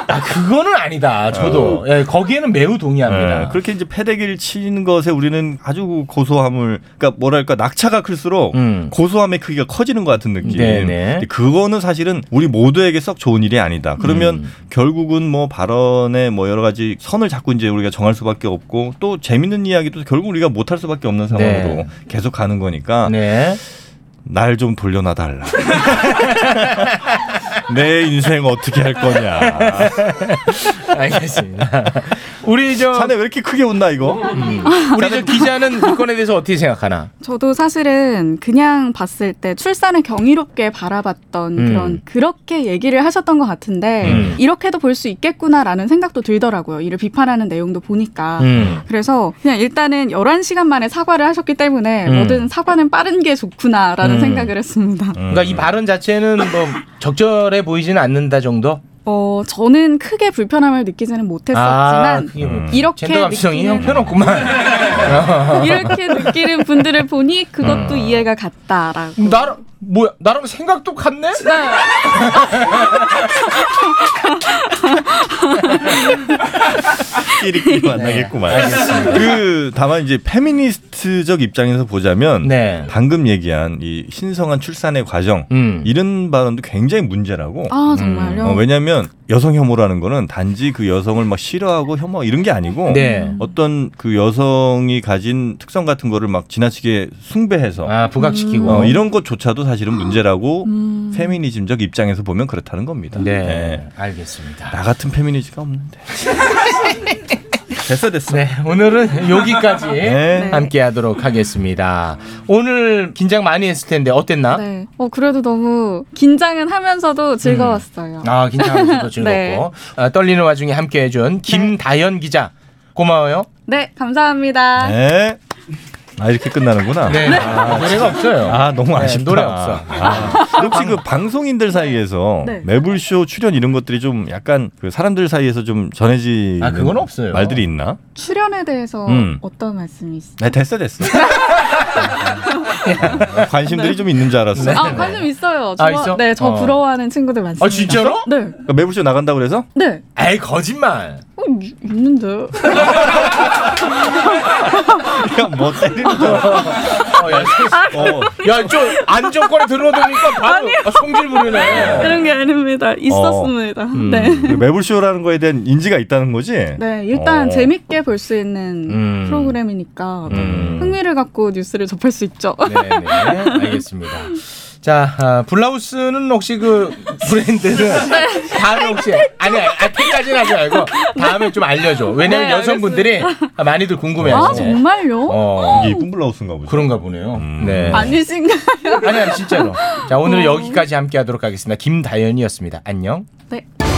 Speaker 3: 아 그거는 아니다. 저도
Speaker 2: 어.
Speaker 3: 예, 거기에는 매우 동의합니다.
Speaker 2: 예, 그렇게 이제 패대기를 치는 것에 우리는 아주 고소함을 그러니까 뭐랄까 낙차가 클수록
Speaker 3: 음.
Speaker 2: 고소함의 크기가 커지는 것 같은 느낌.
Speaker 3: 네네.
Speaker 2: 근데 그거는 사실은 우리 모두에게 썩 좋은 일이 아니다. 그러면
Speaker 3: 음.
Speaker 2: 결국은 뭐 발언에 뭐 여러 가지 선을 자꾸 이제 우리가 정할 수밖에 없고 또 재밌는 이야기도 결국 우리가 못할 수밖에 없는 상황으로
Speaker 3: 네.
Speaker 2: 계속 가는 거니까
Speaker 3: 네.
Speaker 2: 날 좀 돌려놔 달라. 내 인생 어떻게 할 거냐.
Speaker 3: 알겠습니다. 우리 저
Speaker 2: 자네 왜 이렇게 크게 웃나 이거?
Speaker 3: 우리 저 기자는 이 건에 대해서 어떻게 생각하나?
Speaker 8: 저도 사실은 그냥 봤을 때 출산을 경이롭게 바라봤던
Speaker 3: 음.
Speaker 8: 그런 그렇게 얘기를 하셨던 것 같은데
Speaker 3: 음.
Speaker 8: 이렇게도 볼 수 있겠구나라는 생각도 들더라고요. 이를 비판하는 내용도 보니까.
Speaker 3: 음.
Speaker 8: 그래서 그냥 일단은 11시간 만에 사과를 하셨기 때문에
Speaker 3: 음.
Speaker 8: 뭐든 사과는 빠른 게 좋구나라는
Speaker 3: 음.
Speaker 8: 생각을 했습니다.
Speaker 2: 음.
Speaker 3: 그러니까 이 발언 자체는 뭐 적절해 보이지는 않는다 정도.
Speaker 8: 어, 저는 크게 불편함을 느끼지는 못했었지만
Speaker 3: 그게 뭐
Speaker 2: 음.
Speaker 8: 이렇게
Speaker 3: 젠더 감수성이
Speaker 8: 느끼는
Speaker 3: 형편없구만. 아,
Speaker 8: 이렇게 느끼는 분들을 보니 그것도 이해가 갔다라고.
Speaker 3: 음. 나랑 뭐야? 나랑 생각도 같네? 네.
Speaker 2: 끼리끼리 만나겠구만. 그 다만 이제 페미니스트적 입장에서 보자면
Speaker 3: 네.
Speaker 2: 방금 얘기한 이 신성한 출산의 과정
Speaker 3: 음.
Speaker 2: 이런 발언도 굉장히 문제라고.
Speaker 8: 아, 정말요?
Speaker 2: 어, 왜냐하면 여성 혐오라는 거는 단지 그 여성을 막 싫어하고 혐오 이런 게 아니고
Speaker 3: 네.
Speaker 2: 어떤 그 여성이 가진 특성 같은 거를 막 지나치게 숭배해서
Speaker 3: 아 부각시키고
Speaker 2: 어, 이런 것조차도 사실은 문제라고
Speaker 8: 음.
Speaker 2: 페미니즘적 입장에서 보면 그렇다는 겁니다.
Speaker 3: 네.
Speaker 2: 예.
Speaker 3: 알겠습니다.
Speaker 2: 나 같은 페미니즘가 없는데. 됐어 됐어.
Speaker 3: 네 오늘은 여기까지
Speaker 2: 네.
Speaker 3: 함께하도록 하겠습니다. 오늘 긴장 많이 했을 텐데 어땠나?
Speaker 8: 네. 어, 그래도 너무 긴장은 하면서도 즐거웠어요.
Speaker 3: 아 긴장하면서도 즐겁고
Speaker 8: 네.
Speaker 3: 아, 떨리는 와중에 함께해준 김다연 기자 고마워요.
Speaker 8: 네, 감사합니다.
Speaker 2: 네. 아 이렇게 끝나는구나.
Speaker 3: 네 아, 노래가 없어요.
Speaker 2: 아 너무 아쉽다.
Speaker 3: 노래 없어.
Speaker 2: 아, 혹시 그 방송인들 사이에서
Speaker 8: 네.
Speaker 2: 매불쇼 출연 이런 것들이 좀 약간 그 사람들 사이에서 좀 전해지는
Speaker 3: 아, 그건 없어요.
Speaker 2: 말들이 있나?
Speaker 8: 출연에 대해서
Speaker 2: 음.
Speaker 8: 어떤 말씀이시죠?
Speaker 2: 네 됐어 됐어. 관심들이
Speaker 8: 네.
Speaker 2: 좀 있는 줄 알았어. 그러니까
Speaker 8: 아, 관심 있어요. 저,
Speaker 3: 아, 있어?
Speaker 8: 네, 저
Speaker 3: 어.
Speaker 8: 부러워하는 친구들 많습니다.
Speaker 3: 아 진짜로?
Speaker 8: 네,
Speaker 2: 그러니까 매불쇼 나간다 고 그래서
Speaker 8: 네.
Speaker 3: 에이 거짓말.
Speaker 8: 어, 이- 있는데.
Speaker 2: 그냥 뭐 때리는 줄 알았어. 어,
Speaker 3: 야좀 안정권에 들어오니까 바로 아, 성질 부리네.
Speaker 8: 그런 게
Speaker 3: 어.
Speaker 8: 아닙니다. 있었습니다.
Speaker 2: 음,
Speaker 8: 네.
Speaker 2: 그 매불쇼라는 거에 대한 인지가 있다는 거지.
Speaker 8: 네, 일단
Speaker 2: 어.
Speaker 8: 재밌게 볼 수 있는
Speaker 3: 음.
Speaker 8: 프로그램이니까 네,
Speaker 2: 음.
Speaker 8: 흥미를 갖고 뉴스를 접할 수 있죠.
Speaker 3: 네, 네, 알겠습니다. 자, 아, 블라우스는 혹시 그 브랜드는
Speaker 8: 네.
Speaker 3: 다음에 혹시 아니, 아니, 아, 택까지는 하지 말고 다음에 좀 알려줘. 왜냐면
Speaker 8: 네,
Speaker 3: 여성분들이 많이들 궁금해하세요.
Speaker 8: 아, 정말요?
Speaker 3: 네. 어,
Speaker 2: 이게 이쁜 블라우스인가 보지.
Speaker 3: 그런가 보네요.
Speaker 2: 음.
Speaker 3: 네. 아니,
Speaker 8: 아니신가요? 어.
Speaker 3: 아니, 진짜로. 자, 오늘은 여기까지 함께하도록 하겠습니다. 김다연이었습니다. 안녕.
Speaker 8: 네.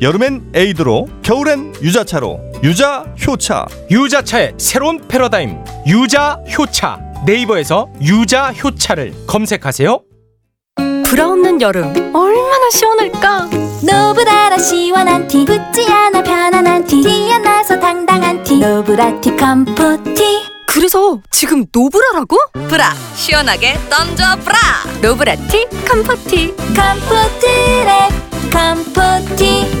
Speaker 2: 여름엔 에이드로, 겨울엔 유자차로. 유자 효차.
Speaker 4: 유자차의 새로운 패러다임 유자 효차 네이버에서 유자 효차를 검색하세요.
Speaker 1: 불어없는 여름 얼마나 시원할까?
Speaker 9: 노브라라 시원한 티 붙지 않아 편안한 티 뛰어나서 당당한 티 노브라 티 컴포티
Speaker 1: 그래서 지금 노브라라고?
Speaker 10: 브라! 시원하게 던져 브라! 노브라티 컴포티!
Speaker 9: 컴포티래 컴포티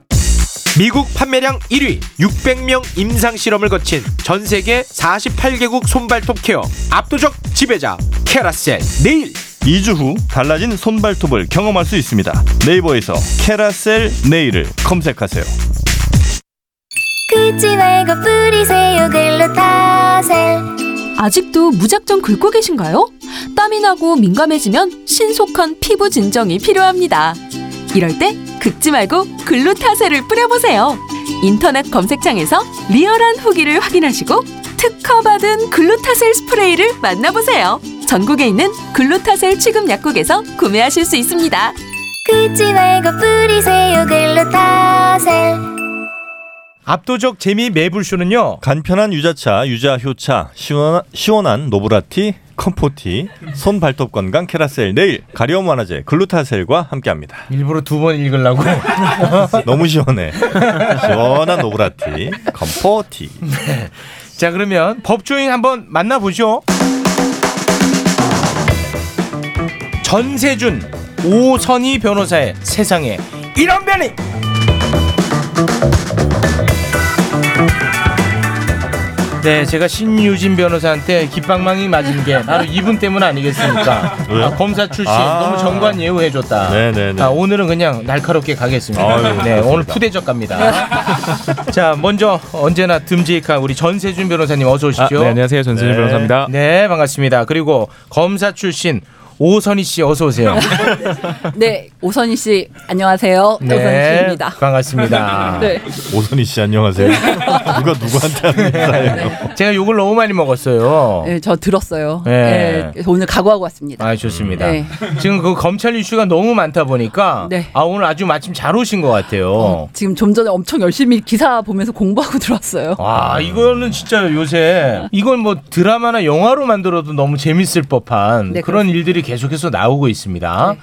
Speaker 4: 미국 판매량 1위, 600명 임상 실험을 거친 전 세계 48개국 손발톱 케어 압도적 지배자 캐라셀 네일
Speaker 2: 2주 후 달라진 손발톱을 경험할 수 있습니다. 네이버에서 캐라셀 네일을 검색하세요.
Speaker 9: 긁지 말고 뿌리세요 글루타셀
Speaker 11: 아직도 무작정 긁고 계신가요? 땀이 나고 민감해지면 신속한 피부 진정이 필요합니다. 이럴 때 긁지 말고 글루타셀을 뿌려보세요. 인터넷 검색창에서 리얼한 후기를 확인하시고 특허받은 글루타셀 스프레이를 만나보세요. 전국에 있는 글루타셀 취급 약국에서 구매하실 수 있습니다.
Speaker 9: 긁지 말고 뿌리세요 글루타셀
Speaker 2: 압도적 재미 매불쇼는요. 간편한 유자차, 유자효차, 시원한, 시원한 노브라티, 컴포티, 손발톱 건강 캐라셀 네일, 가려움 완화제 글루타셀과 함께합니다.
Speaker 3: 일부러 두 번 읽으려고.
Speaker 2: 너무 시원해. 시원한 노브라티, 컴포티.
Speaker 12: 네,
Speaker 3: 자 그러면 법조인 한번 만나보죠. 전세준 오선희 변호사의 세상에 이런 변이. 네, 제가 신유진 변호사한테 깃방망이 맞은 게 바로 이분 때문 아니겠습니까?
Speaker 2: 왜요?
Speaker 3: 아, 검사 출신
Speaker 2: 아.
Speaker 3: 너무 정관 예우해줬다.
Speaker 2: 네네네.
Speaker 3: 아, 오늘은 그냥 날카롭게 가겠습니다.
Speaker 2: 아유,
Speaker 3: 네,
Speaker 2: 그렇습니다.
Speaker 3: 오늘 푸대접 갑니다. 자, 먼저 언제나 듬직한 우리 전세준 변호사님 어서 오십시오.
Speaker 12: 아, 네, 안녕하세요. 전세준 변호사입니다.
Speaker 3: 네, 반갑습니다. 그리고 검사 출신 오선희 씨 어서 오세요.
Speaker 13: 네, 오선희 씨 안녕하세요. 오선희
Speaker 3: 네,
Speaker 13: 씨입니다.
Speaker 3: 반갑습니다.
Speaker 13: 네.
Speaker 2: 오선희 씨 안녕하세요. 누가 누구한테 하는 인사예요?
Speaker 3: 네. 제가 욕을 너무 많이 먹었어요.
Speaker 13: 네, 저 들었어요.
Speaker 3: 네.
Speaker 13: 네. 그래서 오늘 각오하고 왔습니다.
Speaker 3: 아 좋습니다.
Speaker 13: 네.
Speaker 3: 지금 그 검찰 이슈가 너무 많다 보니까
Speaker 13: 네. 어,
Speaker 3: 아 오늘 아주 마침 잘 오신 것 같아요.
Speaker 13: 지금 좀 전에 엄청 열심히 기사 보면서 공부하고 들어왔어요.
Speaker 3: 아 이거는 진짜 요새 이건 뭐 드라마나 영화로 만들어도 너무 재밌을 법한
Speaker 13: 네,
Speaker 3: 그런 일들이 계속해서 나오고 있습니다.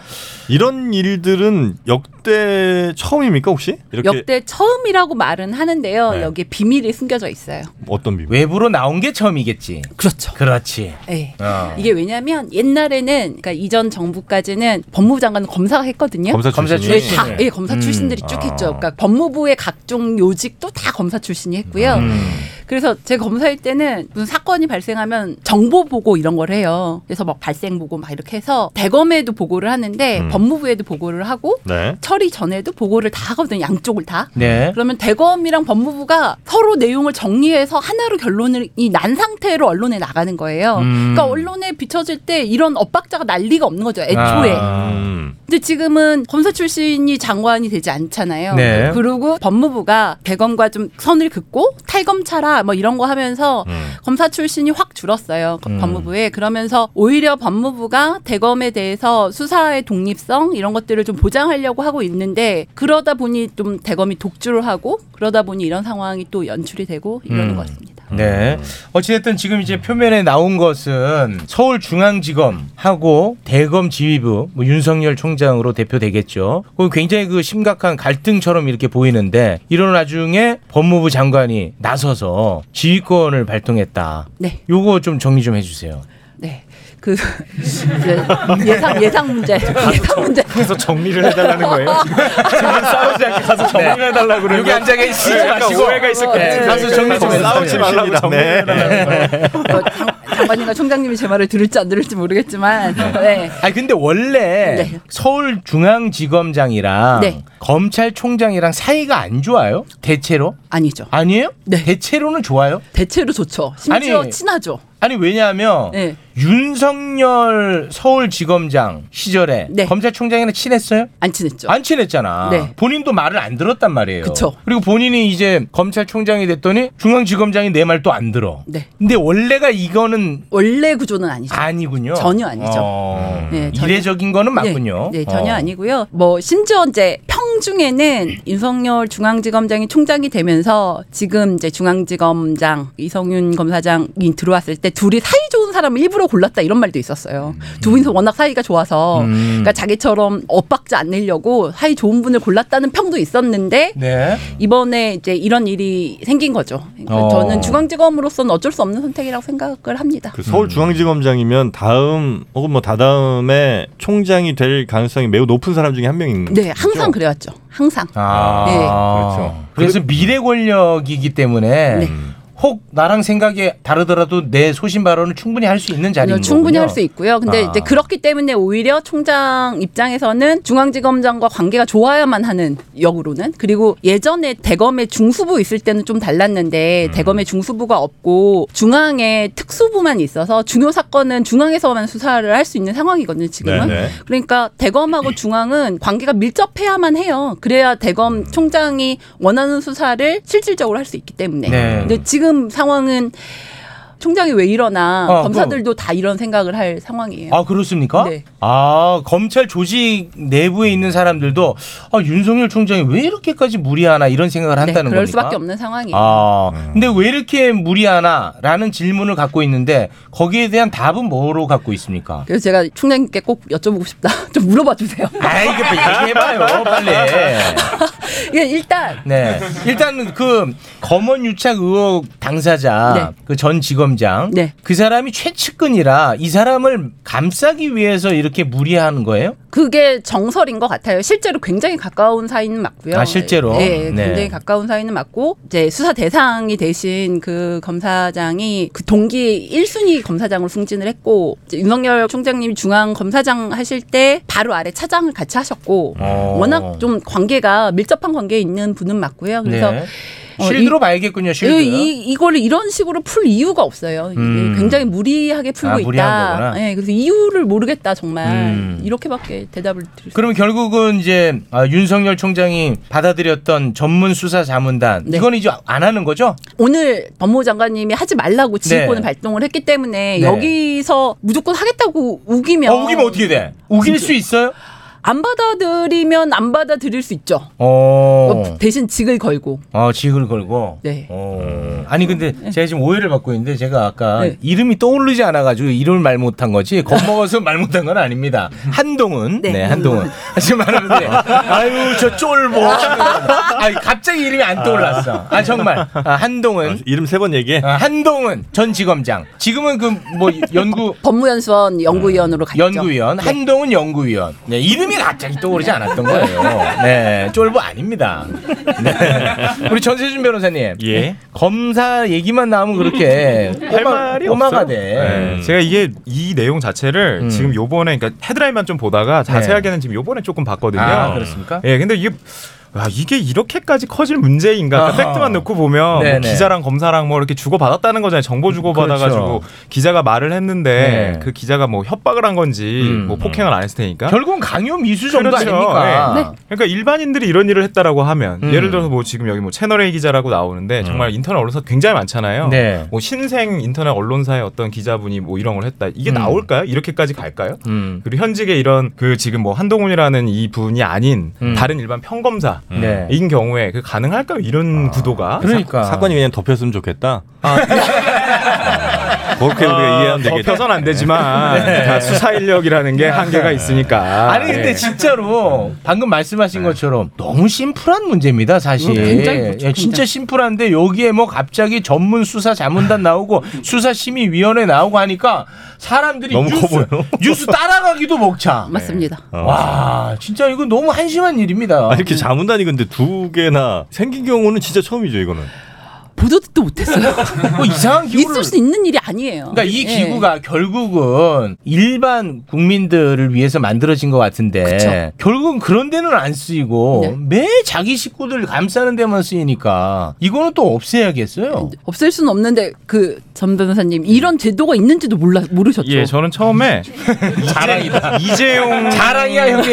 Speaker 2: 이런 일들은 역대 처음입니까 혹시?
Speaker 3: 그
Speaker 2: 이렇게
Speaker 13: 역대 처음이라고 말은 하는데요.
Speaker 2: 네.
Speaker 13: 여기에 비밀이 숨겨져 있어요.
Speaker 2: 어떤 비밀?
Speaker 3: 외부로 나온 게 처음이겠지.
Speaker 13: 그렇죠.
Speaker 3: 그렇지.
Speaker 13: 네.
Speaker 3: 어.
Speaker 13: 이게 왜냐면 옛날에는 그러니까 이전 정부까지는 법무부 장관 검사가 했거든요.
Speaker 3: 검사 검사 출신이.
Speaker 13: 네, 다, 예, 검사
Speaker 3: 음.
Speaker 13: 출신들이 쭉
Speaker 3: 아.
Speaker 13: 했죠. 그러니까 법무부의 각종 요직도 다 검사 출신이 했고요.
Speaker 3: 음.
Speaker 13: 그래서 제 검사일 때는 무슨 사건이 발생하면 정보 보고 이런 걸 해요. 그래서 막 발생 보고 막 이렇게 해서 대검에도 보고를 하는데
Speaker 14: 음.
Speaker 13: 법무부에도 보고를 하고
Speaker 14: 네.
Speaker 13: 처리 전에도 보고를 다 하거든요. 양쪽을 다.
Speaker 14: 네.
Speaker 13: 그러면 대검이랑 법무부가 서로 내용을 정리해서 하나로 결론이 난 상태로 언론에 나가는 거예요.
Speaker 14: 음.
Speaker 13: 그러니까 언론에 비춰질 때 이런 엇박자가 난리가 없는 거죠. 애초에.
Speaker 2: 아.
Speaker 12: 음.
Speaker 13: 근데 지금은 검사 출신이 장관이 되지 않잖아요.
Speaker 14: 네.
Speaker 13: 그리고 법무부가 대검과 좀 선을 긋고 탈검차라 뭐 이런 거 하면서 검사 출신이 확 줄었어요.
Speaker 14: 음.
Speaker 13: 법무부에 그러면서 오히려 법무부가 대검에 대해서 수사의 독립성 이런 것들을 좀 보장하려고 하고 있는데 그러다 보니 좀 대검이 독주를 하고 그러다 보니 이런 상황이 또 연출이 되고 이러는
Speaker 3: 음.
Speaker 13: 것 같습니다.
Speaker 3: 네. 어찌됐든 지금 이제 표면에 나온 것은 서울중앙지검하고 대검 지휘부 뭐 윤석열 총장으로 대표되겠죠. 그 굉장히 그 심각한 갈등처럼 이렇게 보이는데 이런 와중에 법무부 장관이 나서서 지휘권을 발동했다.
Speaker 13: 네.
Speaker 3: 요거 좀 정리 좀 해주세요.
Speaker 13: 네. 그 이제 예상 예상 문제 예상 문제
Speaker 12: 그래서 정리를 해달라는 거예요. 지금 싸우지 않게 가서 정리를 해달라고 그래요.
Speaker 3: 여기 앉아 계시지 마시고.
Speaker 12: 네, 오해가 있을 것 같아요.
Speaker 3: 네, 가서 정리 좀
Speaker 12: 싸우지
Speaker 3: 해달라고요.
Speaker 12: 말라고 정리.
Speaker 2: 네.
Speaker 13: 어, 장관님과 총장님이 제 말을 들을지 안 들을지 모르겠지만 네.
Speaker 3: 아니 근데 원래
Speaker 13: 네.
Speaker 3: 서울중앙지검장이랑
Speaker 13: 네.
Speaker 3: 검찰총장이랑 사이가 안 좋아요? 대체로?
Speaker 13: 아니죠.
Speaker 3: 아니에요? 대체로는 좋아요?
Speaker 13: 대체로 좋죠. 심지어
Speaker 3: 아니,
Speaker 13: 친하죠.
Speaker 3: 아니 왜냐하면
Speaker 13: 네.
Speaker 3: 윤석열 서울지검장 시절에 검찰총장이랑 친했어요?
Speaker 13: 안 친했죠.
Speaker 3: 안 친했잖아.
Speaker 13: 네.
Speaker 3: 본인도 말을 안 들었단 말이에요.
Speaker 13: 그쵸.
Speaker 3: 리고 본인이 이제 검찰총장이 됐더니 중앙지검장이 내 말 또 안 들어.
Speaker 13: 네.
Speaker 3: 근데 원래가 이거는
Speaker 13: 원래 구조는 아니죠.
Speaker 3: 아니군요.
Speaker 13: 전혀 아니죠.
Speaker 3: 어,
Speaker 13: 네, 전혀.
Speaker 3: 이례적인 거는 맞군요.
Speaker 13: 네, 네, 전혀
Speaker 3: 어.
Speaker 13: 아니고요. 뭐 심지어 이제 평중에는 윤석열 중앙지검장이 총장이 되면서 지금 이제 중앙지검장 이성윤 검사장이 들어왔을 때 둘이 사이 좋은 사람을 일부러 골랐다 이런 말도 있었어요.
Speaker 3: 음.
Speaker 13: 두 분이서 워낙 사이가 좋아서
Speaker 14: 음.
Speaker 13: 그러니까 자기처럼 엇박자 안 내려고 사이 좋은 분을 골랐다는 평도 있었는데
Speaker 3: 네.
Speaker 13: 이번에 이제 이런 일이 생긴 거죠. 그러니까
Speaker 2: 어.
Speaker 13: 저는 중앙지검으로서는 어쩔 수 없는 선택이라고 생각을 합니다.
Speaker 2: 그 서울중앙지검장이면 다음 혹은 뭐 다다음에 총장이 될 가능성이 매우 높은 사람 중에 한 명인
Speaker 13: 네, 항상 그래왔죠. 있죠. 항상.
Speaker 3: 아,
Speaker 13: 네.
Speaker 3: 그렇죠. 그래서 미래 권력이기 때문에
Speaker 13: 네.
Speaker 3: 혹 나랑 생각이 다르더라도 내 소신 발언을 충분히 할 수 있는 자리인
Speaker 13: 아니요,
Speaker 3: 거군요.
Speaker 13: 충분히 할 수 있고요. 근데
Speaker 3: 아.
Speaker 13: 이제 그렇기 때문에 오히려 총장 입장에서는 중앙지검장과 관계가 좋아야만 하는 역으로는 그리고 예전에 대검의 중수부 있을 때는 좀 달랐는데 대검의 중수부가 없고 중앙에 특수부만 있어서 중요 사건은 중앙에서만 수사를 할 수 있는 상황이거든요. 지금은
Speaker 10: 네네.
Speaker 13: 그러니까 대검하고 중앙은 관계가 밀접해야만 해요. 그래야 대검 총장이 원하는 수사를 실질적으로 할 수 있기 때문에.
Speaker 10: 네.
Speaker 13: 근데 지금 상황은 총장이 왜 이러나
Speaker 3: 아,
Speaker 13: 검사들도 다 이런 생각을 할 상황이에요.
Speaker 3: 아 그렇습니까?
Speaker 13: 네.
Speaker 3: 아 검찰 조직 내부에 있는 사람들도 아, 윤석열 총장이 왜 이렇게까지 무리하나 이런 생각을
Speaker 13: 네,
Speaker 3: 한다는
Speaker 13: 그럴
Speaker 3: 겁니까?
Speaker 13: 수밖에 없는 상황이에요.
Speaker 3: 아, 근데 왜 이렇게 무리하나라는 질문을 갖고 있는데 거기에 대한 답은 뭐로 갖고 있습니까?
Speaker 13: 그래서 제가 총장님께 꼭 여쭤보고 싶다. 좀 물어봐 주세요.
Speaker 3: 아, 이게 얘기해봐요, 빨리.
Speaker 13: 예, 일단
Speaker 3: 네. 일단 그 검언 유착 의혹 당사자
Speaker 13: 네.
Speaker 3: 그 전 지검장 그 사람이 최측근이라 이 사람을 감싸기 위해서 이렇게 무리하는 거예요?
Speaker 13: 그게 정설인 것 같아요. 실제로 굉장히 가까운 사이는 맞고요.
Speaker 3: 아, 실제로?
Speaker 13: 예, 예,
Speaker 3: 네.
Speaker 13: 굉장히 가까운 사이는 맞고 이제 수사 대상이 되신 그 검사장이 그 동기 1순위 검사장으로 승진을 했고 이제 윤석열 총장님이 중앙 검사장 하실 때 바로 아래 차장을 같이 하셨고
Speaker 3: 어.
Speaker 13: 워낙 좀 관계가 밀접한 관계에 있는 분은 맞고요. 그래서
Speaker 3: 네.
Speaker 13: 어,
Speaker 3: 실드로
Speaker 13: 이-
Speaker 3: 봐야겠군요, 실드.
Speaker 13: 이, 이걸 이런 식으로 풀 이유가 없어요. 이게
Speaker 3: 음.
Speaker 13: 굉장히 무리하게 풀고
Speaker 3: 아, 무리한
Speaker 13: 있다.
Speaker 3: 거구나.
Speaker 13: 예, 그래서 이유를 모르겠다 정말
Speaker 3: 음.
Speaker 13: 이렇게밖에 대답을 드릴 수.
Speaker 3: 그러면 결국은 이제 아, 윤석열 총장이 받아들였던 전문 수사 자문단
Speaker 13: 네.
Speaker 3: 이건 이제 안 하는 거죠? 어,
Speaker 13: 오늘 법무부 장관님이 하지 말라고 지휘권을
Speaker 3: 네.
Speaker 13: 발동을 했기 때문에
Speaker 3: 네.
Speaker 13: 여기서 무조건 하겠다고 우기면
Speaker 3: 어, 우기면 어떻게 돼?
Speaker 13: 음.
Speaker 3: 우길 수 있어요?
Speaker 13: 안 받아들이면 안 받아들일 수 있죠.
Speaker 3: 어.
Speaker 13: 대신 직을 걸고.
Speaker 3: 어, 지을 걸고.
Speaker 13: 네. 음.
Speaker 3: 어. 아니 근데 제가 지금 오해를 받고 있는데 제가 아까
Speaker 13: 네.
Speaker 3: 이름이 떠오르지 않아 가지고 이름을 말 못한 거지 겁먹어서 말 못한 건 아닙니다. 한동훈. 네, 한동훈. 하지만 하는데 아유 저 쫄보. 아 갑자기 이름이 안 떠올랐어. 아 정말. 아, 한동훈.
Speaker 2: 이름 세 번 얘기해.
Speaker 3: 어, 한동훈 전 지검장. 지금은 그 뭐 연구
Speaker 13: 법무연수원 연구위원으로 갔죠.
Speaker 3: 음. 연구위원 한동훈 연구위원. 네, 이름이 갑자기 떠오르지 않았던 거예요. 네, 쫄보 아닙니다. 네. 우리 전세준 변호사님.
Speaker 12: 예.
Speaker 3: 검사 얘기만 나오면 그렇게 꼬마, 꼬마가 돼. 음.
Speaker 2: 음.
Speaker 12: 네. 제가 이게 이 내용 자체를 지금 요번에 그러니까 헤드라인만 좀 보다가 자세하게는 지금 요번에 조금 봤거든요.
Speaker 3: 네. 아, 그렇습니까?
Speaker 12: 예, 근데 이게 와, 이게 이렇게까지 커질 문제인가? 그러니까
Speaker 3: 아하.
Speaker 12: 팩트만 놓고 보면 뭐
Speaker 3: 네네.
Speaker 12: 기자랑 검사랑 뭐 이렇게 주고 받았다는 거잖아요. 정보 주고 받아가지고
Speaker 3: 그렇죠.
Speaker 12: 기자가 말을 했는데
Speaker 3: 네.
Speaker 12: 그 기자가 뭐 협박을 한 건지 뭐 폭행을 안 했을 테니까
Speaker 3: 결국은 강요 미수 정도 아닙니까?
Speaker 12: 예. 그러니까 일반인들이 이런 일을 했다라고 하면
Speaker 3: 음.
Speaker 12: 예를 들어서 뭐 지금 여기 뭐 채널 A 기자라고 나오는데 정말 인터넷 언론사 굉장히 많잖아요.
Speaker 3: 네.
Speaker 12: 뭐 신생 인터넷 언론사의 어떤 기자분이 뭐 이런 걸 했다 이게
Speaker 3: 음.
Speaker 12: 나올까요? 이렇게까지 갈까요?
Speaker 3: 음.
Speaker 12: 그리고 현직에 이런 그 지금 뭐 한동훈이라는 이 분이 아닌
Speaker 2: 음.
Speaker 12: 다른 일반 평검사인
Speaker 3: 음.
Speaker 2: 네.
Speaker 12: 경우에 그 가능할까요? 이런
Speaker 3: 아.
Speaker 12: 구도가
Speaker 3: 그러니까.
Speaker 2: 사, 건이 그냥 덮였으면 좋겠다.
Speaker 12: 아, 네.
Speaker 2: 어, 그렇게 우리가 이해하면 되겠죠.
Speaker 12: 덮여선 아, 안 되지만
Speaker 2: 네.
Speaker 12: 다 수사 인력이라는 게 한계가 있으니까.
Speaker 3: 아니 근데
Speaker 2: 예.
Speaker 12: 네.
Speaker 3: 진짜로 방금 말씀하신
Speaker 2: 네.
Speaker 3: 것처럼 너무 심플한 문제입니다 사실.
Speaker 12: 음, 굉장히 그렇죠,
Speaker 3: 예, 진짜
Speaker 12: 굉장히.
Speaker 3: 심플한데 여기에 뭐 갑자기 전문 수사 자문단 나오고 수사심의위원회 나오고 하니까 사람들이
Speaker 2: 너무 커
Speaker 3: 뉴스,
Speaker 2: 보여.
Speaker 3: 뉴스 따라가기도 먹자.
Speaker 13: 맞습니다.
Speaker 3: 네. 와 진짜 이건 너무 한심한 일입니다.
Speaker 2: 아, 이렇게 자문단이 근데 두 개나 생긴 경우는 진짜 처음이죠, 이거는.
Speaker 13: 보도 듣도 못했어요.
Speaker 3: 뭐 이상한
Speaker 13: 있을 수 있는 일이 아니에요.
Speaker 3: 그러니까 이
Speaker 13: 예.
Speaker 3: 기구가 결국은 일반 국민들을 위해서 만들어진 것 같은데
Speaker 13: 그쵸.
Speaker 3: 결국은 그런 데는 안 쓰이고 매 자기 식구들 감싸는 데만 쓰이니까 이거는 또 없애야겠어요.
Speaker 13: 없앨 수는 없는데 그 전 변호사님 이런 제도가 있는지도 몰라 모르셨죠.
Speaker 12: 예, 저는 처음에
Speaker 3: 자랑이다.
Speaker 12: 이재용
Speaker 3: 자랑이야 형님.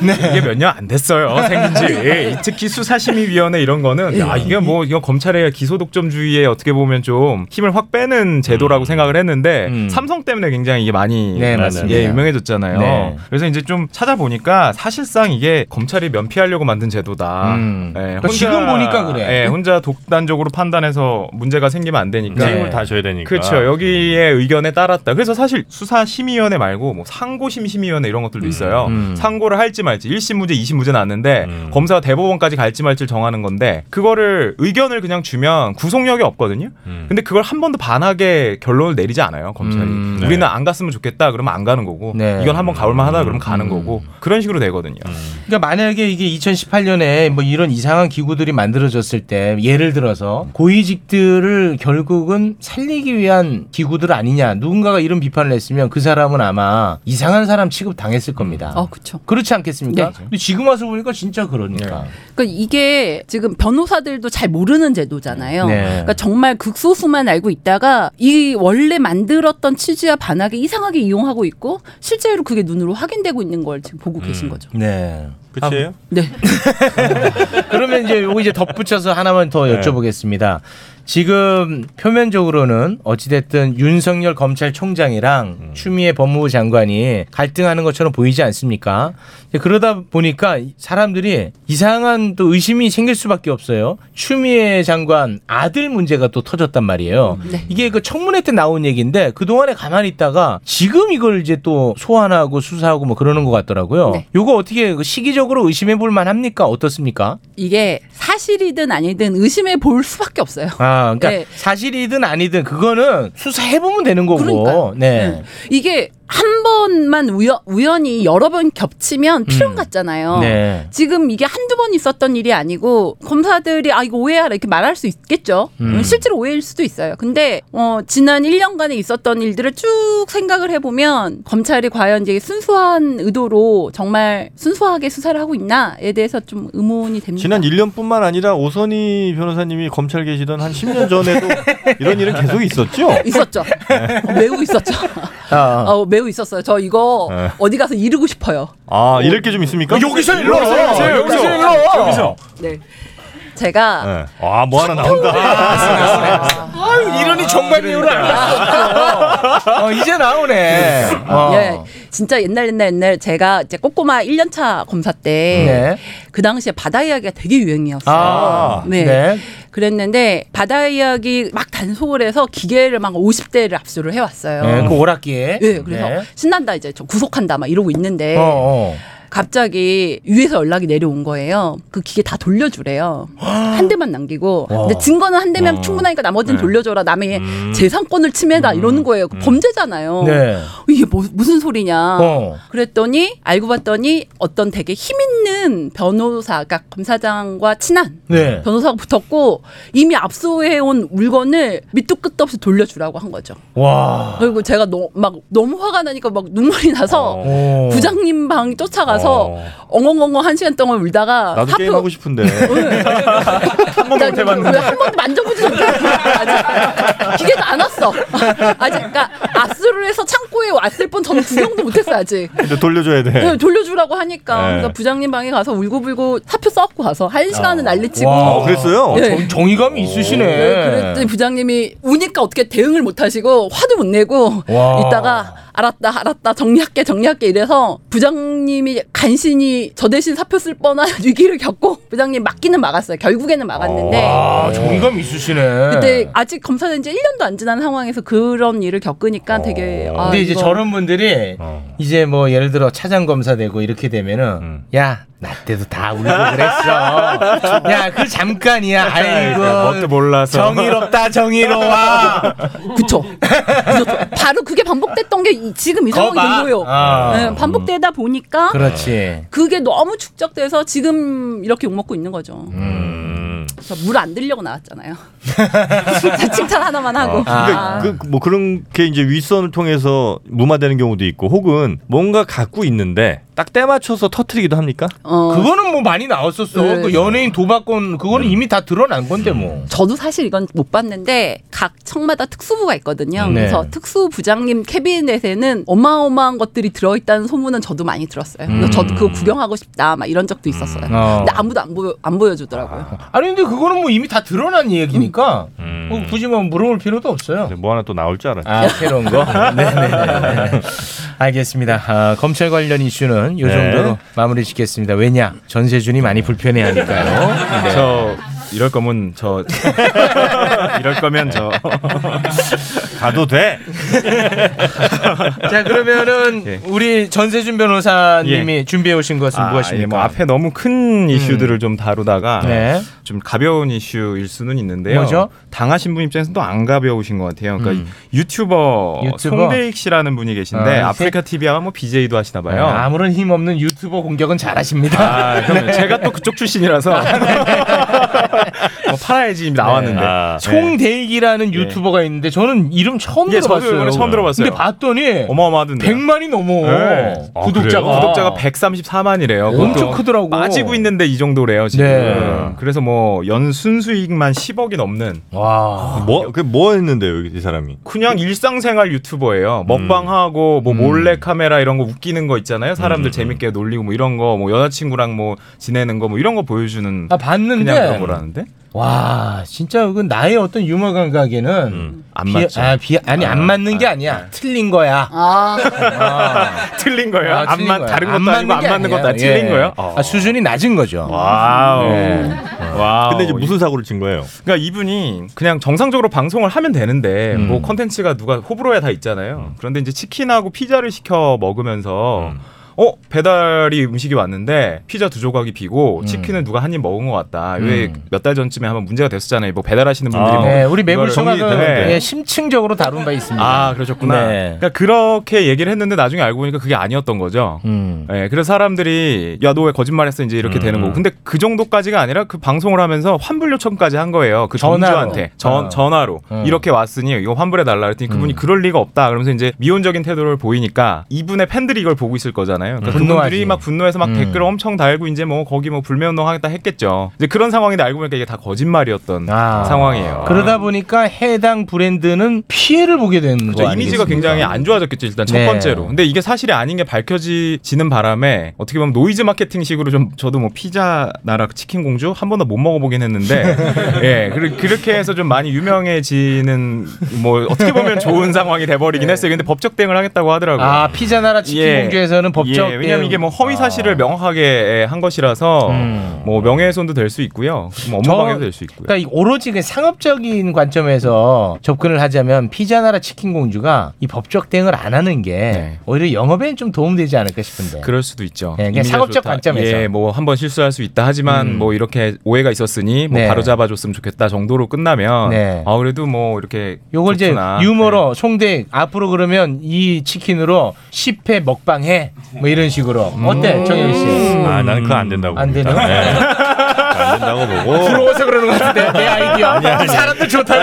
Speaker 2: 네.
Speaker 12: 이게 몇 년 안 됐어요 생긴지 예, 특히 수사심의위원회 이런
Speaker 3: 예.
Speaker 12: 거는 야 이게 뭐 이거 검찰의 기소독점주의에 어떻게 보면 좀 힘을 확 빼는 제도라고 생각을 했는데 삼성 때문에 굉장히 이게 많이
Speaker 3: 음. 네, 맞습니다.
Speaker 12: 예, 유명해졌잖아요.
Speaker 3: 네.
Speaker 12: 그래서 이제 좀 찾아보니까 사실상 이게 검찰이 면피하려고 만든 제도다.
Speaker 3: 음.
Speaker 12: 예,
Speaker 3: 그러니까 지금 보니까 그래.
Speaker 12: 예, 혼자 독단적으로 판단해서 문제가 생기면 안
Speaker 3: 네.
Speaker 12: 되니까
Speaker 2: 책임을
Speaker 3: 그러니까.
Speaker 2: 다 져야 되니까.
Speaker 12: 네. 그렇죠. 여기에 의견에 따랐다. 그래서 사실 수사 심의위원회 말고 뭐 상고 심심위원회 이런 것들도 있어요.
Speaker 2: 음.
Speaker 12: 상고를 할지 말지 1심 무죄, 2심 무죄 나왔는데 검사가 대법원까지 갈지 말지를 정하는 건데 그거를 의견을 그냥 주면 구속력이 적이 없거든요.
Speaker 2: 음.
Speaker 12: 근데 그걸 한 번도 반하게 결론을 내리지 않아요 검찰이.
Speaker 2: 음,
Speaker 5: 네.
Speaker 12: 우리는 안 갔으면 좋겠다 그러면 안 가는 거고
Speaker 3: 네.
Speaker 12: 이건 한번 가볼만하다
Speaker 2: 음.
Speaker 12: 그러면 가는 거고 그런 식으로 되거든요.
Speaker 3: 그러니까 만약에 이게 2018년에 뭐 이런 이상한 기구들이 만들어졌을 때 예를 들어서 고위직들을 결국은 살리기 위한 기구들 아니냐 누군가가 이런 비판을 했으면 그 사람은 아마 이상한 사람 취급 당했을 겁니다.
Speaker 13: 어, 그렇죠.
Speaker 3: 그렇지 않겠습니까?
Speaker 13: 네.
Speaker 3: 근데 지금 와서 보니까 진짜 그러니까.
Speaker 13: 그러니까 이게 지금 변호사들도 잘 모르는 제도잖아요.
Speaker 3: 네.
Speaker 13: 그러니까 정말 극소수만 알고 있다가 이 원래 만들었던 취지와 반하게 이상하게 이용하고 있고 실제로 그게 눈으로 확인되고 있는 걸 지금 보고 계신 거죠.
Speaker 3: 네.
Speaker 2: 끝이에요?
Speaker 13: 네.
Speaker 3: 그러면 이제 요거 이제 덧붙여서 하나만 더 여쭤보겠습니다. 지금 표면적으로는 어찌됐든 윤석열 검찰총장이랑 추미애 법무부 장관이 갈등하는 것처럼 보이지 않습니까? 이제 그러다 보니까 사람들이 이상한 또 의심이 생길 수밖에 없어요. 추미애 장관 아들 문제가 또 터졌단 말이에요. 이게 그 청문회 때 나온 얘기인데 그동안에 가만히 있다가 지금 이걸 이제 또 소환하고 수사하고 뭐 그러는 것 같더라고요. 요거 어떻게 그 시기적으로 의심해 볼 만합니까? 어떻습니까?
Speaker 13: 이게 사실이든 아니든 의심해 볼 수밖에 없어요.
Speaker 3: 아, 그러니까
Speaker 13: 네.
Speaker 3: 사실이든 아니든 그거는 수사해 보면 되는 거고. 어, 네.
Speaker 13: 이게 한 번만 우여, 우연히 여러 번 겹치면 필연 같잖아요.
Speaker 3: 음. 네.
Speaker 13: 지금 이게 한두 번 있었던 일이 아니고 검사들이 아 이거 오해하라 이렇게 말할 수 있겠죠.
Speaker 10: 음.
Speaker 13: 실제로 오해일 수도 있어요. 근데 어, 지난 1년간에 있었던 일들을 쭉 생각을 해보면 검찰이 과연 이제 순수한 의도로 정말 순수하게 수사를 하고 있나에 대해서 좀 의문이 됩니다.
Speaker 2: 지난 1년뿐만 아니라 오선희 변호사님이 검찰 계시던 한 10년 전에도 이런 일은 계속 있었죠?
Speaker 13: 있었죠. 어, 매우 있었죠.
Speaker 2: 아,
Speaker 13: 어, 매우 있었어요. 저 이거
Speaker 2: 네.
Speaker 13: 어디 가서 이루고 싶어요.
Speaker 2: 아 이럴 게 좀 있습니까?
Speaker 13: 여기서
Speaker 2: 일러!
Speaker 13: 여기서 여기서
Speaker 2: 여기서
Speaker 13: 여기서
Speaker 2: 일러!
Speaker 13: 여기서. 네. 제가
Speaker 2: 네. 아, 뭐 하나 나온다.
Speaker 3: 아유, 이러니 정말 이유를 알았어. 어, 이제 나오네. 어.
Speaker 13: 예, 진짜 옛날 옛날 옛날 제가 이제 꼬꼬마 1년차 검사 때
Speaker 3: 네.
Speaker 13: 그 당시에 바다 이야기가 되게 유행이었어요.
Speaker 3: 아,
Speaker 13: 네.
Speaker 3: 네.
Speaker 13: 그랬는데 바다 이야기 막 단속을 해서 기계를 막 50대를 압수를 해왔어요.
Speaker 3: 네, 그 오락기에.
Speaker 13: 예, 그래서 네.
Speaker 3: 네.
Speaker 13: 신난다 이제 저 구속한다 막 이러고 있는데
Speaker 3: 어, 어.
Speaker 13: 갑자기 위에서 연락이 내려온 거예요. 그 기계 다 돌려주래요. 한 대만 남기고.
Speaker 10: 아. 와.
Speaker 13: 근데 증거는 한 대면
Speaker 10: 어.
Speaker 13: 충분하니까 나머지는
Speaker 10: 네. 음.
Speaker 13: 돌려줘라. 남의 재산권을 침해다 이러는 거예요. 범죄잖아요.
Speaker 10: 네.
Speaker 13: 이게 뭐- 무슨 소리냐.
Speaker 10: 어.
Speaker 13: 그랬더니 알고 봤더니 어떤 되게 힘 있는 변호사, 그러니까 검사장과 친한
Speaker 10: 네.
Speaker 13: 변호사가 붙었고 이미 압수해온 물건을 밑도 끝도 없이 돌려주라고 한 거죠.
Speaker 3: 와.
Speaker 13: 아. 그리고 제가 너, 막 너무 화가 나니까 막 눈물이 나서
Speaker 2: 어.
Speaker 13: 부장님 방 쫓아가서
Speaker 2: 어.
Speaker 13: 엉엉엉엉 한 시간 동안 울다가
Speaker 2: 나도
Speaker 13: 사표
Speaker 2: 게임하고 싶은데.
Speaker 13: 한 번도 해봤는데 한 번도 만져보지 못했어 아직 기계도 안 왔어 아직 그러니까 압수를 해서 창고에 왔을 뻔 저는 구경도 못했어요 아직
Speaker 2: 근데 돌려줘야 돼.
Speaker 13: 네, 돌려주라고 하니까
Speaker 2: 네.
Speaker 13: 그래서 부장님 방에 가서 울고불고 사표 써갖고 가서 한 시간을 난리치고
Speaker 2: 아. 와, 그랬어요?
Speaker 13: 네.
Speaker 3: 정, 의감이 있으시네.
Speaker 13: 네, 그랬더니 부장님이 우니까 어떻게 대응을 못하시고 화도 못 내고
Speaker 3: 와.
Speaker 13: 이따가 알았다 알았다 정리할게 정리할게 이래서 부장님이 간신히 저 대신 사표 쓸 뻔한 위기를 겪고 부장님 막기는 막았어요 결국에는 막았는데
Speaker 3: 아, 정의감 있으시네.
Speaker 13: 근데 아직 검사된 지 1년도 안 지난 상황에서 그런 일을 겪으니까 되게 아,
Speaker 3: 어. 근데 이제
Speaker 13: 이거-
Speaker 3: 저런 분들이
Speaker 12: 어.
Speaker 3: 이제 뭐 예를 들어 차장 검사 되고 이렇게 되면은
Speaker 12: 음.
Speaker 3: 야 나 때도 다 울고 그랬어. 야 그 잠깐이야. 아이고
Speaker 12: 멋대 네. 몰라서
Speaker 3: 정의롭다 정의로워.
Speaker 13: 그쵸. 바로 그게 반복됐던 게 이- 지금 이
Speaker 3: 거
Speaker 13: 상황이 된
Speaker 3: 봐.
Speaker 13: 거예요
Speaker 3: 아.
Speaker 13: 네, 반복되다 보니까
Speaker 12: 네.
Speaker 3: 그렇지.
Speaker 13: 그게 너무 축적돼서 지금 이렇게 욕먹고 있는 거죠.
Speaker 2: 음.
Speaker 13: 물 안 들려고 나왔잖아요. 자, 칭찬 하나만 하고.
Speaker 2: 그러니까
Speaker 13: 아.
Speaker 2: 그, 뭐 그런 게 이제 윗선을 통해서 무마되는 경우도 있고 혹은 뭔가 갖고 있는데 딱 때 맞춰서 터트리기도 합니까?
Speaker 3: 그거는 뭐 많이 나왔었어.
Speaker 13: 어. 네.
Speaker 3: 그 연예인 도박건 그거는
Speaker 12: 음.
Speaker 3: 이미 다 드러난 건데 뭐.
Speaker 13: 저도 사실 이건 못 봤는데 각 청마다 특수부가 있거든요.
Speaker 3: 네.
Speaker 13: 그래서 특수부장님 캐비넷에는 어마어마한 것들이 들어있다는 소문은 저도 많이 들었어요. 그래서
Speaker 3: 음.
Speaker 13: 저도 그거 구경하고 싶다 막 이런 적도 있었어요.
Speaker 3: 어.
Speaker 13: 근데 아무도 안 보여 안 보여주더라고요.
Speaker 3: 아니 근데 그거는 뭐 이미 다 드러난 얘기니까
Speaker 12: 음.
Speaker 3: 뭐 굳이 뭐 물어볼 필요도
Speaker 12: 네,
Speaker 3: 없어요.
Speaker 2: 뭐 하나 또 나올 줄 알았지.
Speaker 3: 아 새로운 거. 네네네. 알겠습니다. 아, 검찰 관련 이슈는 요
Speaker 12: 네.
Speaker 3: 정도로 마무리 짓겠습니다. 왜냐 전세준이 많이 불편해하니까요. 네.
Speaker 12: 저 이럴 거면 저 이럴 거면 저
Speaker 2: 가도 돼.
Speaker 3: 자 그러면은 우리 전세준 변호사님이 준비해 오신 것은
Speaker 12: 예. 아,
Speaker 3: 무엇입니까?
Speaker 12: 예, 뭐 앞에 너무 큰 이슈들을
Speaker 2: 음.
Speaker 12: 좀 다루다가
Speaker 3: 네.
Speaker 12: 좀 가벼운 이슈일 수는 있는데요.
Speaker 3: 뭐죠?
Speaker 12: 당하신 분 입장에서는 또 안 가벼우신 것 같아요. 그러니까
Speaker 3: 음.
Speaker 12: 유튜버,
Speaker 3: 유튜버?
Speaker 12: 송대익 씨라는 분이 계신데
Speaker 3: 아,
Speaker 12: 아프리카 TV와 뭐 BJ도 하시나 봐요.
Speaker 3: 아, 아무런 힘 없는 유튜버 공격은 잘하십니다.
Speaker 12: 아, 그럼 제가 또 그쪽 출신이라서 뭐 네. 팔아야지 네. 나왔는데
Speaker 3: 송대익이라는 유튜버가 있는데 저는 이름 처음
Speaker 12: 예, 저도
Speaker 3: 들어봤어요.
Speaker 12: 이번에 처음 들어봤어요.
Speaker 3: 근데 봤더니
Speaker 12: 어마어마하던데.
Speaker 3: 100만이 넘어.
Speaker 12: 네. 아,
Speaker 3: 구독자가
Speaker 12: 그래요? 구독자가 134만이래요.
Speaker 3: 어. 엄청 크더라고.
Speaker 12: 빠지고 있는데 이 정도래요 지금.
Speaker 3: 네.
Speaker 12: 그래서 뭐 연순 수익만 10억이 넘는.
Speaker 3: 와.
Speaker 12: 뭐그 뭐 했는데요 이 사람이? 그냥 일상생활 유튜버예요. 먹방하고 뭐 몰래 카메라 이런 거 웃기는 거 있잖아요. 사람들 재밌게 놀리고 뭐 이런 거 뭐 여자친구랑 뭐 지내는 거 뭐 이런 거 보여주는.
Speaker 3: 아, 봤는데.
Speaker 12: 그냥 그런 거라는데.
Speaker 3: 와 진짜 그 나의 어떤 유머 감각에는 안
Speaker 12: 음, 맞죠.
Speaker 3: 아, 비, 아니 안 맞는 게 아니야. 틀린 거야.
Speaker 12: 틀린 거예요?
Speaker 3: 아,
Speaker 12: 안
Speaker 3: 틀린
Speaker 12: 맞-
Speaker 3: 거예요.
Speaker 12: 다른 것도 아니고 안
Speaker 3: 게
Speaker 12: 맞는 것도
Speaker 3: 아니에요.
Speaker 12: 아니고 네. 틀린 거예요?
Speaker 3: 아, 수준이 아, 낮은 거죠.
Speaker 12: 와우. 와우.
Speaker 2: 근데 이제
Speaker 12: 무슨 사고를 친 거예요? 그러니까 이분이 그냥 정상적으로 방송을 하면 되는데 뭐 컨텐츠가 누가 호불호야 다 있잖아요. 그런데 이제 치킨하고 피자를 시켜 먹으면서 어 배달이 음식이 왔는데 피자 두 조각이 비고 치킨은 누가 한 입 먹은 것 같다. 왜 몇 달 전쯤에 한번 문제가 됐었잖아요. 뭐 배달하시는 분들이 뭐
Speaker 3: 네, 우리 매불
Speaker 12: 이거를
Speaker 3: 소각은
Speaker 12: 정리했다는데.
Speaker 3: 예, 심층적으로 다룬 바 있습니다.
Speaker 12: 아 그러셨구나. 그러니까 그렇게 얘기를 했는데 나중에 알고 보니까 그게 아니었던 거죠.
Speaker 3: 음.
Speaker 12: 예, 그래서 사람들이 야 너 왜 거짓말했어 이제 이렇게 되는 거고. 근데 그 정도까지가 아니라 그 방송을 하면서 환불 요청까지 한 거예요. 그
Speaker 3: 전화로.
Speaker 12: 점주한테 전
Speaker 3: 어.
Speaker 12: 전화로
Speaker 3: 음.
Speaker 12: 이렇게 왔으니 이거 환불해 달라 그랬더니 그분이 그럴 리가 없다. 그러면서 이제 미온적인 태도를 보이니까 이분의 팬들이 이걸 보고 있을 거잖아요. 그러니까
Speaker 3: 음. 분노하지.
Speaker 12: 그분들이 막 분노해서 막
Speaker 3: 음.
Speaker 12: 댓글을 엄청 달고 이제 뭐 거기 뭐 불매운동하겠다 했겠죠. 이제 그런 상황인데 알고 보니까 이게 다 거짓말이었던 상황이에요.
Speaker 3: 아. 그러다 보니까 해당 브랜드는 피해를 보게 되는
Speaker 12: 그죠,
Speaker 3: 거
Speaker 12: 그렇죠. 이미지가
Speaker 3: 뭐 아니겠습니까?
Speaker 12: 굉장히 안 좋아졌겠죠 일단 첫
Speaker 3: 네.
Speaker 12: 번째로 근데 이게 사실이 아닌 게 밝혀지는 바람에 어떻게 보면 노이즈 마케팅식으로 좀 저도 뭐 피자 나라 치킨 공주 한 번도 못 먹어보긴 했는데 예 그리- 그렇게 해서 좀 많이 유명해지는 뭐 어떻게 보면 좋은 상황이 돼버리긴 했어요 근데 법적 대응을 하겠다고 하더라고요
Speaker 3: 네. 아 피자 나라 치킨
Speaker 12: 예.
Speaker 3: 공주에서는 법적
Speaker 12: 예, 왜냐면 이게 뭐 허위
Speaker 3: 아. 음.
Speaker 12: 사실을 명확하게 한 것이라서 뭐 명예훼손도 될 수 있고요 뭐
Speaker 3: 저-
Speaker 12: 업무방해도 될 수 있고요
Speaker 3: 그러니까 이 오로지 그 상업적인 관점에서 접근을 하자면 피자나라 치킨 공주가 이 법적 대응을 안 하는 게
Speaker 2: 네.
Speaker 3: 오히려 영업에는 좀 도움되지 않을까 싶은데.
Speaker 12: 그럴 수도 있죠.
Speaker 3: 예, 그냥
Speaker 12: 이미지가
Speaker 3: 상업적
Speaker 12: 좋다.
Speaker 3: 관점에서.
Speaker 12: 예, 뭐 한번 실수할 수 있다 하지만
Speaker 3: 음.
Speaker 12: 뭐 이렇게 오해가 있었으니 뭐
Speaker 3: 네.
Speaker 12: 바로 잡아줬으면 좋겠다 정도로 끝나면
Speaker 3: 네.
Speaker 12: 아 그래도 뭐 이렇게
Speaker 3: 요걸 이제
Speaker 12: 좋구나.
Speaker 3: 유머로
Speaker 2: 네.
Speaker 3: 송대 앞으로 그러면 이 치킨으로 10회 먹방해 뭐 이런 식으로
Speaker 2: 음.
Speaker 3: 어때 정현
Speaker 12: 네.
Speaker 3: 씨?
Speaker 2: 아, 나는 그거 안 된다고. 네.
Speaker 3: 안 되나?
Speaker 2: 안 된다고 보고.
Speaker 3: 부러워서 그러는 것 같은데 내 아이디어.
Speaker 2: 아니야, 아니야. 네.
Speaker 3: 사람들 좋다.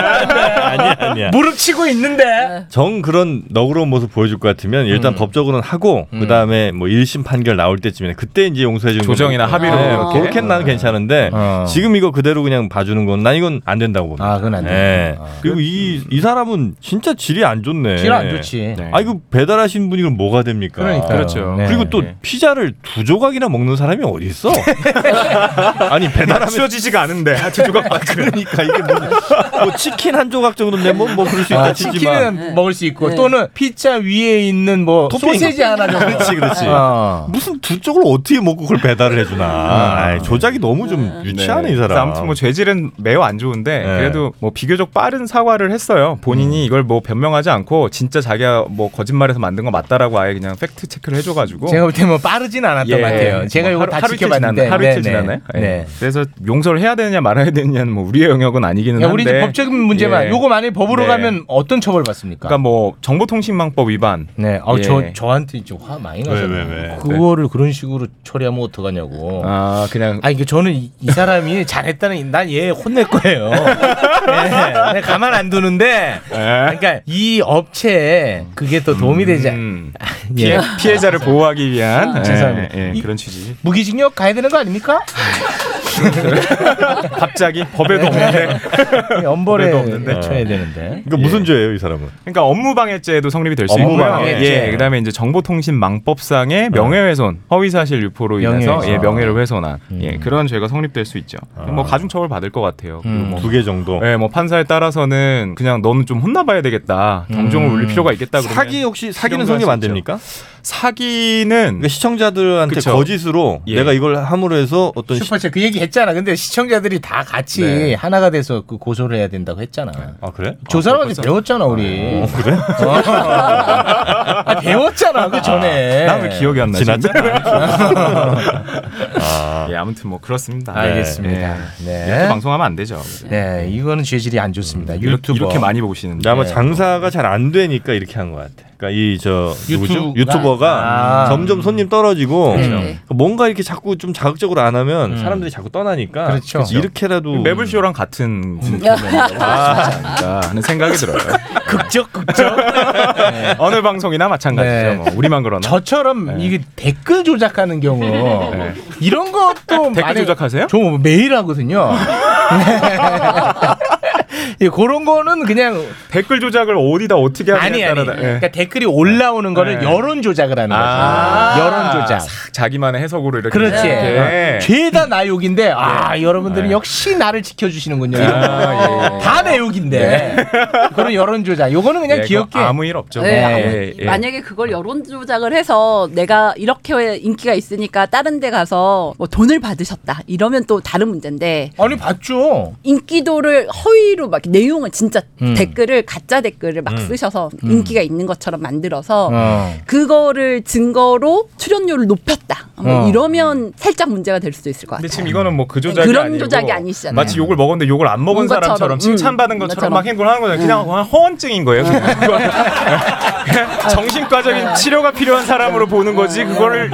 Speaker 2: 아니야, 아니야.
Speaker 3: 무릎 치고 있는데.
Speaker 2: 정 그런 너그러운 모습 보여줄 것 같으면 일단
Speaker 3: 음.
Speaker 2: 법적으로는 하고 그다음에 뭐 1심 판결 나올 때쯤에 그때 이제 용서해 주는
Speaker 12: 조정이나
Speaker 2: 거니까.
Speaker 12: 합의로 이렇게?
Speaker 2: 그렇게는
Speaker 3: 어.
Speaker 2: 나는 괜찮은데 지금 이거 그대로 그냥 봐주는 건 난 이건 안 된다고 봅니다.
Speaker 3: 아, 그건 안
Speaker 2: 예. 그리고 이 이 사람은 진짜 질이 안 좋네.
Speaker 3: 질 안 좋지. 네.
Speaker 2: 아 이거 배달하신 분이 그럼 뭐가 됩니까? 예.
Speaker 3: 그러니까요. 그렇죠. 네.
Speaker 2: 그리고 또 피자를 두 조각이나 먹는 사람이 어디 있어? 아니 배달하면
Speaker 12: 맞춰지지가 않은데 아, 두 조각밖에.
Speaker 2: 그러니까 이게 뭐, 뭐 치킨 한 조각 정도는 내뭐 뭐 그럴 수 있다
Speaker 3: 아,
Speaker 2: 치지만.
Speaker 3: 치킨은 먹을 수 있고
Speaker 2: 네.
Speaker 3: 또는 피자 위에 있는 뭐 소세지 아. 하나 정도.
Speaker 2: 그렇지, 그렇지. 아.
Speaker 3: 어.
Speaker 2: 무슨 두 쪽을 어떻게 먹고 그걸 배달을 해주나. 아이, 조작이 너무 좀 유치하네, 이
Speaker 12: 그래서
Speaker 2: 사람.
Speaker 12: 아무튼 뭐 죄질은 매우 안 좋은데
Speaker 2: 네.
Speaker 12: 그래도 뭐 비교적 빠른 사과를 했어요.
Speaker 2: 음.
Speaker 12: 본인이 이걸 뭐 변명하지 않고 진짜 자기가 뭐 거짓말해서 만든 거 맞다라고 아예 그냥 팩트 체크를 해줘가지고
Speaker 3: 제가 볼 때 뭐 빠르진 않았던 것 같아요. 제가
Speaker 12: 뭐
Speaker 3: 이거 다
Speaker 12: 하루, 이틀
Speaker 3: 지켜봤는데.
Speaker 12: 지났나- 하루
Speaker 3: 네,
Speaker 12: 이틀
Speaker 3: 네.
Speaker 12: 지났나요? 예.
Speaker 3: 네.
Speaker 12: 그래서 용서를 해야 되느냐 말아야 되느냐는 뭐 우리의 영역은 아니기는
Speaker 3: 야,
Speaker 12: 한데
Speaker 3: 우리 이제 법적인 문제만
Speaker 12: 예.
Speaker 3: 요거 만약에 법으로
Speaker 12: 네.
Speaker 3: 가면 어떤 처벌 받습니까?
Speaker 12: 그러니까 뭐 예. 정보통신망법 위반.
Speaker 3: 네. 아, 저 저한테 좀 화 많이 나서 그거를 그런 식으로 처리하면 어떡하냐고.
Speaker 12: 아, 그냥
Speaker 3: 아, 이게 저는 이, 이 사람이 잘했다는 난 얘 혼낼 거예요. 네, 내가 가만 안 두는데. 그러니까 이 업체에 그게 또 도움이 되지
Speaker 12: 음.
Speaker 3: 않.
Speaker 12: 피해, 피해자를 보호하기 위한
Speaker 3: 아,
Speaker 12: 예,
Speaker 3: 죄송합니다.
Speaker 12: 예,
Speaker 3: 이-
Speaker 12: 그런 취지.
Speaker 3: 무기징역 가야 되는 거 아닙니까?
Speaker 12: 갑자기 법에도 없는데
Speaker 3: 엄벌에 예,
Speaker 12: 법에도 없는데. 네.
Speaker 3: 쳐야 되는데.
Speaker 2: 그러니까 무슨 죄예요, 이 사람은?
Speaker 12: 그러니까 업무방해죄도 성립이 될 수 있고요.
Speaker 2: 업무방해죄. 네.
Speaker 12: 예, 그다음에 이제 정보통신망법상의 명예훼손, 허위사실 유포로 인해서
Speaker 2: 명예훼손. 음. 아.
Speaker 12: 예, 명예를 훼손한 예, 그런 죄가 성립될 수 있죠. 뭐 가중처벌 받을 것 같아요.
Speaker 2: 음. 두 개 정도.
Speaker 12: 예, 뭐 판사에 따라서는
Speaker 2: 음.
Speaker 12: 그냥 너는 좀 혼나봐야 되겠다. 경종을 울릴 필요가 있겠다. 그러면
Speaker 2: 사기 혹시 사기는 성립 안 됩니까?
Speaker 12: 사기는
Speaker 2: 그러니까 네. 시청자들한테 거짓으로
Speaker 12: 예.
Speaker 2: 내가 이걸 함으로 해서 어떤 시-
Speaker 3: 슈퍼챗 그 얘기 했잖아. 근데 시청자들이 다 같이
Speaker 2: 네.
Speaker 3: 하나가 돼서 그 고소를 해야 된다고 했잖아.
Speaker 12: 네.
Speaker 2: 아 그래?
Speaker 3: 저 사람한테 배웠잖아 우리.
Speaker 12: 어,
Speaker 2: 그래?
Speaker 3: 아, 배웠잖아 그 전에.
Speaker 12: 나 왜 기억이 안 나지?
Speaker 2: 지났죠?
Speaker 12: 아. 예, 아무튼 뭐 그렇습니다. 네.
Speaker 3: 알겠습니다.
Speaker 12: 예.
Speaker 3: 네.
Speaker 12: 이렇게 방송하면 음, 안 되죠.
Speaker 3: 네, 이거는 죄질이 안 좋습니다.
Speaker 2: 이렇게-
Speaker 3: 유튜버
Speaker 2: 이렇게 많이 보시는데.
Speaker 12: 예.
Speaker 2: 아마 장사가 잘 안 되니까 이렇게 한 것 같아. 그러니까 이 저 누구죠?
Speaker 3: 유튜브가-
Speaker 2: 유튜버가
Speaker 3: 아.
Speaker 2: 점점 손님 떨어지고 그러니까
Speaker 12: 네.
Speaker 2: 뭔가 이렇게 자꾸 좀 자극적으로 안 하면
Speaker 12: 음.
Speaker 2: 사람들이 자꾸 떠나니까
Speaker 12: 그렇죠.
Speaker 2: 이렇게라도
Speaker 12: 매블쇼랑 같은 아, 하는 생각이 들어요.
Speaker 3: 극적
Speaker 12: 극적. 어느 방송이나 마찬가지죠.
Speaker 3: 네.
Speaker 12: 뭐 우리만 그러나.
Speaker 3: 저처럼 이게 댓글 조작하는 경우
Speaker 12: 네.
Speaker 3: 이런 것도
Speaker 12: 댓글 조작하세요?
Speaker 3: 저 매일 하거든요. 네. 예, 그런 거는 그냥
Speaker 12: 댓글 조작을 어디다 어떻게 하느냐에
Speaker 3: 아니 아니.
Speaker 12: 따라 다- 예.
Speaker 3: 그러니까 댓글이 올라오는 거를
Speaker 12: 네.
Speaker 3: 여론 조작을 하는 거죠. 아. 여론 조작.
Speaker 12: 싹 아. 자기만의 해석으로 이렇게. 예.
Speaker 3: 그렇지. 아. 어.
Speaker 12: 이렇게.
Speaker 3: 죄다 나 욕인데
Speaker 12: 예.
Speaker 3: 아 여러분들은 역시 나를
Speaker 12: 아,
Speaker 3: 지켜주시는군요. 다 내 욕인데 그런 여론 조작. 요거는 그냥
Speaker 12: 예, 그거
Speaker 3: 귀엽게
Speaker 12: 아무 일 없죠. 뭐. 예,
Speaker 13: 네,
Speaker 3: 예.
Speaker 13: 아무- 만약에 그걸 여론 조작을 해서 내가 이렇게 인기가 있으니까 다른 데 가서 뭐 돈을 받으셨다 이러면 또 다른 문제인데
Speaker 3: 아니 봤죠.
Speaker 13: 인기도를 허위로 막 내용을 진짜
Speaker 3: 음.
Speaker 13: 댓글을 가짜 댓글을 막 쓰셔서
Speaker 3: 음.
Speaker 13: 인기가 있는 것처럼 만들어서
Speaker 3: 어.
Speaker 13: 그거를 증거로 출연료를 높였다 뭐
Speaker 12: 어.
Speaker 13: 이러면 살짝 문제가 될 수도 있을 것 같아요. 네,
Speaker 12: 근데 지금 이거는 뭐 그 조작이
Speaker 13: 그런
Speaker 12: 아니고
Speaker 13: 조작이 아니시잖아요.
Speaker 12: 마치 욕을 먹었는데 욕을 안 먹은
Speaker 13: 먹은 것처럼,
Speaker 12: 사람처럼 칭찬받은
Speaker 13: 음,
Speaker 12: 것처럼
Speaker 13: 것처럼.
Speaker 12: 막 행동을 하는 거잖아요. 그냥 그냥 허언증인 거예요.
Speaker 13: 음.
Speaker 12: 그거는. 정신과적인 치료가 필요한
Speaker 13: 음.
Speaker 12: 사람으로 보는 거지 그거를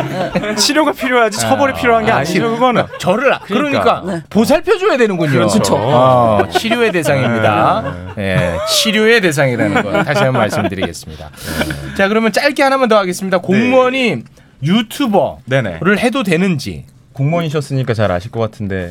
Speaker 12: 치료가 필요하지
Speaker 2: 아,
Speaker 12: 처벌이 필요한 게 아니죠 그거는.
Speaker 3: 저를 그러니까, 보살펴 줘야 되는군요.
Speaker 12: 그렇죠. 네.
Speaker 3: 어, 치료의 대상입니다. 예, 치료의 대상이라는 거 다시 한번 말씀드리겠습니다.
Speaker 12: 네.
Speaker 3: 자, 그러면 짧게 하나만 더 하겠습니다. 공무원이 유튜버를
Speaker 12: 네네.
Speaker 3: 해도 되는지. 음.
Speaker 12: 공무원이셨으니까 잘 아실 것 같은데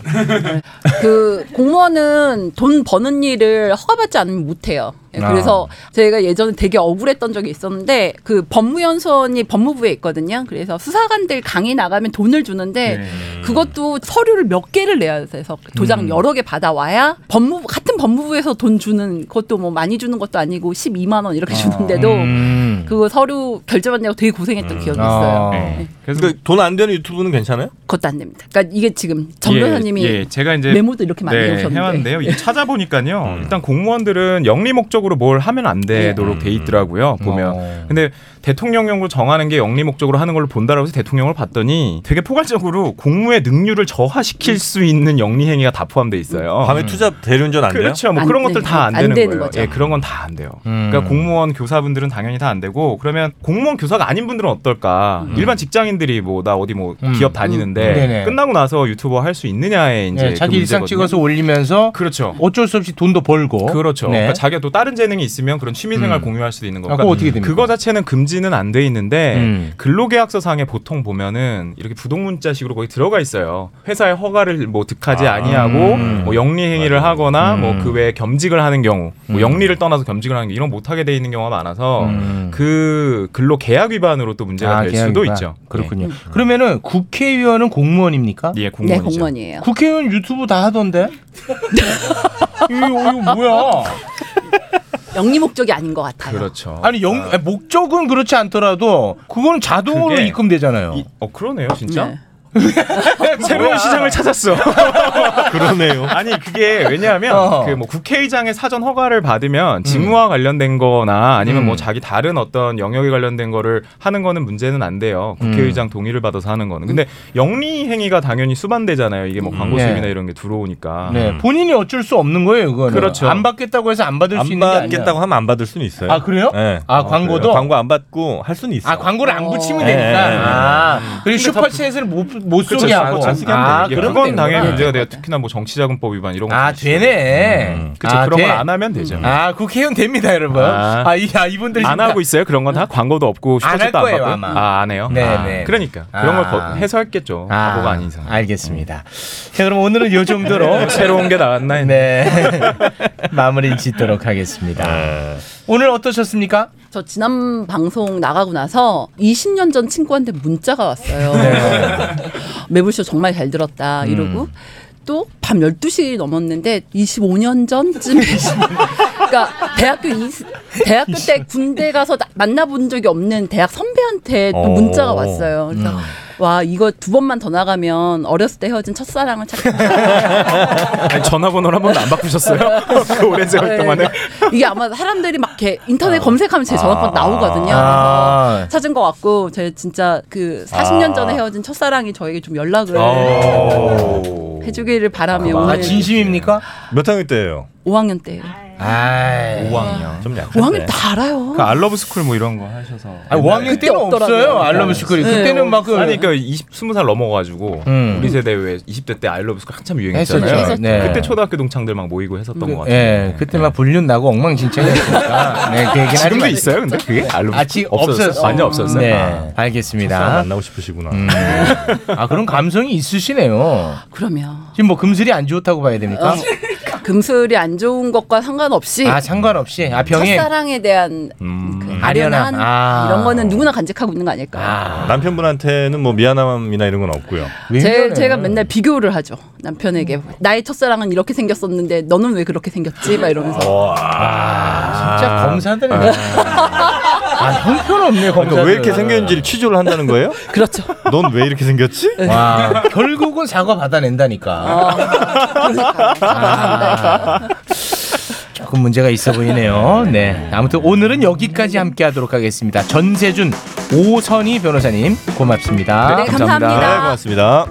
Speaker 13: 그 공무원은 돈 버는 일을 허가받지 않으면 못해요. 예, 그래서 저희가 예전에 되게 억울했던 적이 있었는데 그 법무연수원이 법무부에 있거든요. 그래서 수사관들 강의 나가면 돈을 주는데 그것도 서류를 몇 개를 내야 돼서 도장
Speaker 10: 음.
Speaker 13: 여러 개 받아와야 법무부 같은 법무부에서 돈 주는 것도 뭐 많이 주는 것도 아니고 음. 12만 원 이렇게 주는데도
Speaker 12: 음.
Speaker 13: 그거 서류 결제받느라고 되게 고생했던 기억이
Speaker 12: 아.
Speaker 13: 있어요. 네.
Speaker 2: 그래서 돈안 되는 유튜브는 괜찮아요?
Speaker 13: 그것도 안 됩니다. 그러니까 이게 지금 정 변호사님이
Speaker 12: 예, 예, 제가 이제
Speaker 13: 메모도 이렇게 많이 네, 해오셨는데.
Speaker 12: 해왔는데요. 이게 찾아보니까요.
Speaker 2: 음.
Speaker 12: 일단 공무원들은 영리 목적으로 뭘 하면 안
Speaker 13: 예.
Speaker 12: 되도록 돼 있더라고요.
Speaker 2: 음. 어.
Speaker 12: 보면. 네.
Speaker 3: 어.
Speaker 12: 근데 대통령령으로 정하는 게 영리 목적으로 하는 걸로 본다라고 해서 대통령을 봤더니 되게 포괄적으로 공무의 능률을 저하시킬 수 있는 영리 행위가 다 포함돼 있어요.
Speaker 2: 밤에 투자 대리운전 안 돼요?
Speaker 12: 그렇죠. 뭐 그런 것들 다 안 되는, 거예요.
Speaker 2: 거죠.
Speaker 12: 예, 그런 건 다 안 돼요. 그러니까 공무원 교사분들은 당연히 다 안 되고 그러면 공무원 교사가 아닌 분들은 어떨까? 일반 직장인들이 뭐 나 어디 뭐
Speaker 3: 음.
Speaker 12: 기업
Speaker 3: 음.
Speaker 12: 다니는데
Speaker 3: 네네.
Speaker 12: 끝나고 나서 유튜버 할 수 있느냐에 이제
Speaker 3: 예, 자기
Speaker 12: 그
Speaker 3: 일상
Speaker 12: 문제거든요.
Speaker 3: 찍어서 올리면서
Speaker 12: 그렇죠.
Speaker 3: 어쩔 수 없이 돈도 벌고 네.
Speaker 12: 그렇죠. 그러니까 자기가 또 다른 재능이 있으면 그런 취미생활
Speaker 3: 음.
Speaker 12: 공유할 수도 있는
Speaker 3: 아,
Speaker 12: 거고.
Speaker 3: 그거 어떻게 됩니까?
Speaker 12: 그거 자체는 금지는 안 돼 있는데
Speaker 3: 음.
Speaker 12: 근로계약서상에 보통 보면은 이렇게 부동문자식으로 거기 들어가 있어요. 회사의 허가를 뭐 득하지 아니하고
Speaker 3: 음.
Speaker 12: 뭐 영리 행위를 하거나 뭐
Speaker 3: 음.
Speaker 12: 그 외에 겸직을 하는 경우, 뭐 영리를 떠나서 겸직을 하는 게 이런 못 하게 돼 있는 경우가 많아서 그 근로계약 위반으로 또 문제가
Speaker 3: 음. 아,
Speaker 12: 될
Speaker 3: 계약
Speaker 12: 수도
Speaker 3: 위반.
Speaker 12: 있죠. 네.
Speaker 3: 그렇군요. 그러면은 국회의원은 공무원입니까?
Speaker 12: 예,
Speaker 13: 공무원이죠. 네, 공무원이에요.
Speaker 3: 국회의원 유튜브 다 하던데. 이거, 이거 뭐야?
Speaker 13: 영리 목적이 아닌 것 같아요.
Speaker 12: 그렇죠.
Speaker 3: 아니 영 아니, 목적은 그렇지 않더라도 그건 자동으로
Speaker 12: 그게-
Speaker 3: 입금되잖아요.
Speaker 12: 어 그러네요, 진짜.
Speaker 3: 뭐야?
Speaker 12: 새로운 시장을 찾았어.
Speaker 2: 그러네요.
Speaker 12: 아니 그게 왜냐하면
Speaker 3: 어.
Speaker 12: 그 뭐 국회의장의 사전 허가를 받으면 직무와 관련된거나 아니면
Speaker 3: 음.
Speaker 12: 뭐 자기 다른 어떤 영역에 관련된 거를 하는 거는 문제는 안 돼요.
Speaker 3: 음.
Speaker 12: 국회의장 동의를 받아서 하는 거는. 근데 영리 행위가 당연히 수반되잖아요. 이게 뭐 광고
Speaker 3: 네.
Speaker 12: 수입이나 이런 게 들어오니까.
Speaker 2: 음.
Speaker 12: 음.
Speaker 3: 네, 본인이 어쩔 수 없는 거예요, 그거는.
Speaker 12: 그렇죠.
Speaker 3: 안 받겠다고 해서 안 받을
Speaker 2: 안
Speaker 3: 수 있는 게 아니라.
Speaker 2: 받겠다고 하면 안 받을 수는 있어요.
Speaker 3: 아, 그래요?
Speaker 2: 네.
Speaker 3: 아, 광고도?
Speaker 2: 그래요? 광고 안 받고 할 수는 있어요.
Speaker 3: 아, 광고를 안 붙이면
Speaker 2: 예,
Speaker 3: 되니까.
Speaker 2: 예, 예.
Speaker 3: 아, 그리고 슈퍼챗에는 못, 못
Speaker 12: 그렇죠.
Speaker 3: 쏘게 하고.
Speaker 12: 안 쓰게 하면 돼. 이게
Speaker 3: 아, 그럼
Speaker 12: 그건
Speaker 3: 되는구나. 네.
Speaker 12: 당연히 문제가 돼요. 특히나 뭐 정치자금법 위반 이런 거.
Speaker 3: 아, 되네.
Speaker 2: 음.
Speaker 12: 그렇죠.
Speaker 3: 아,
Speaker 12: 그런
Speaker 3: 돼.
Speaker 12: 걸 안 하면 되죠.
Speaker 3: 아, 국회의원 됩니다, 여러분. 아, 이, 아 이분들
Speaker 12: 안 하고 있어요. 그런 건 다 광고도 없고
Speaker 3: 안할
Speaker 12: 슈퍼챗도 안
Speaker 3: 거예요,
Speaker 12: 받고.
Speaker 3: 아마.
Speaker 12: 아, 안 해요.
Speaker 3: 네,
Speaker 12: 아,
Speaker 3: 네.
Speaker 12: 그러니까 그런 걸
Speaker 3: 아.
Speaker 12: 거- 해소했겠죠.
Speaker 3: 아,
Speaker 12: 광고가 어, 아닌 이상. 음.
Speaker 3: 알겠습니다. 자, 그럼 오늘은 요 정도로
Speaker 12: 새로운 게 나왔나
Speaker 3: 했네. 마무리 짓도록 하겠습니다.
Speaker 12: 네.
Speaker 3: 오늘 어떠셨습니까?
Speaker 13: 저 지난 방송 나가고 나서 20년 전 친구한테 문자가 왔어요.
Speaker 12: 네.
Speaker 3: 네.
Speaker 13: 매불쇼 정말 잘 들었다
Speaker 12: 음.
Speaker 13: 이러고 또 밤 12시 넘었는데 25년 전쯤에 그러니까 대학교 이 대학교 때 군대 가서 나- 만나본 적이 없는 대학 선배한테 또
Speaker 10: 어.
Speaker 13: 문자가 왔어요. 그래서
Speaker 12: 음.
Speaker 13: 와 이거 두 번만 더 나가면 어렸을 때 헤어진 첫사랑을 찾고
Speaker 12: 아니, 전화번호를 한 번도 안 바꾸셨어요? 그 오랜
Speaker 3: 네.
Speaker 12: 세월 동안에.
Speaker 13: 네. 이게 아마 사람들이 막 이렇게 인터넷 검색하면 제 전화번호
Speaker 12: 아.
Speaker 13: 나오거든요.
Speaker 12: 아.
Speaker 13: 그래서 찾은 것 같고 제 진짜 그 40년 전에
Speaker 12: 아.
Speaker 13: 헤어진 첫사랑이 저에게 좀 연락을
Speaker 2: 아.
Speaker 12: 어.
Speaker 13: 해주기를 바라며
Speaker 3: 아,
Speaker 13: 네, 오늘 네.
Speaker 3: 진심입니까?
Speaker 2: 몇 학년 때예요?
Speaker 13: 5학년 때예요.
Speaker 3: 아,
Speaker 12: 5학년. 좀 약한데.
Speaker 2: 네.
Speaker 13: 5학년 다 알아요.
Speaker 12: 그 알러브 스쿨 뭐 이런 거 하셔서.
Speaker 3: 아니, 5학년 때는 없어요. 알러브 스쿨이.
Speaker 13: 네.
Speaker 3: 그때는 막 그-
Speaker 12: 아니 그러니까 20, 20살 넘어가지고
Speaker 3: 음.
Speaker 12: 우리 세대 왜 20대 때 알러브 스쿨 한참 유행했잖아요.
Speaker 3: 했었죠, 했었죠. 네.
Speaker 12: 그때 초등학교 동창들 막 모이고 했었던 것 같아요.
Speaker 3: 예, 그때 막 불륜 나고 엉망진창이었으니까. 네, 그 얘기는
Speaker 12: 지금도
Speaker 3: 하지 마-
Speaker 12: 있어요, 근데 그게 알로브
Speaker 3: 아직
Speaker 12: 스쿨? 없어졌어요?
Speaker 3: 없었어요.
Speaker 12: 완전 없었어요?
Speaker 3: 네,
Speaker 12: 아.
Speaker 3: 알겠습니다.
Speaker 12: 첫사랑
Speaker 2: 만나고 싶으시구나.
Speaker 3: 아, 그런 감성이 있으시네요.
Speaker 13: 그러면
Speaker 3: 지금 뭐 금슬이 안 좋다고 봐야 됩니까?
Speaker 13: 어, 금슬이 안 좋은 것과 상관없이
Speaker 3: 아, 상관없이. 아, 병에.
Speaker 13: 첫사랑에 대한 그 아련한 이런 거는 누구나 간직하고 있는 거 아닐까.
Speaker 2: 남편분한테는 뭐 미안함이나 이런 건 없고요.
Speaker 13: 제, 제가 맨날 비교를 하죠 남편에게 나의 첫사랑은 이렇게 생겼었는데 너는 왜 그렇게 생겼지? 막 이러면서
Speaker 2: 아,
Speaker 3: 진짜 검사들은. 아, 형편없네, 검사들.
Speaker 2: 그러니까 왜 이렇게 생겼는지를 취조를 한다는 거예요?
Speaker 13: 그렇죠.
Speaker 2: 넌 왜 이렇게 생겼지?
Speaker 3: 네. 와, 결국은 사과 받아낸다니까. 아. 조금 문제가 있어 보이네요. 네. 아무튼 오늘은 여기까지 함께 하도록 하겠습니다. 전세준 오선희 변호사님 고맙습니다.
Speaker 13: 네, 감사합니다. 네,
Speaker 2: 고맙습니다.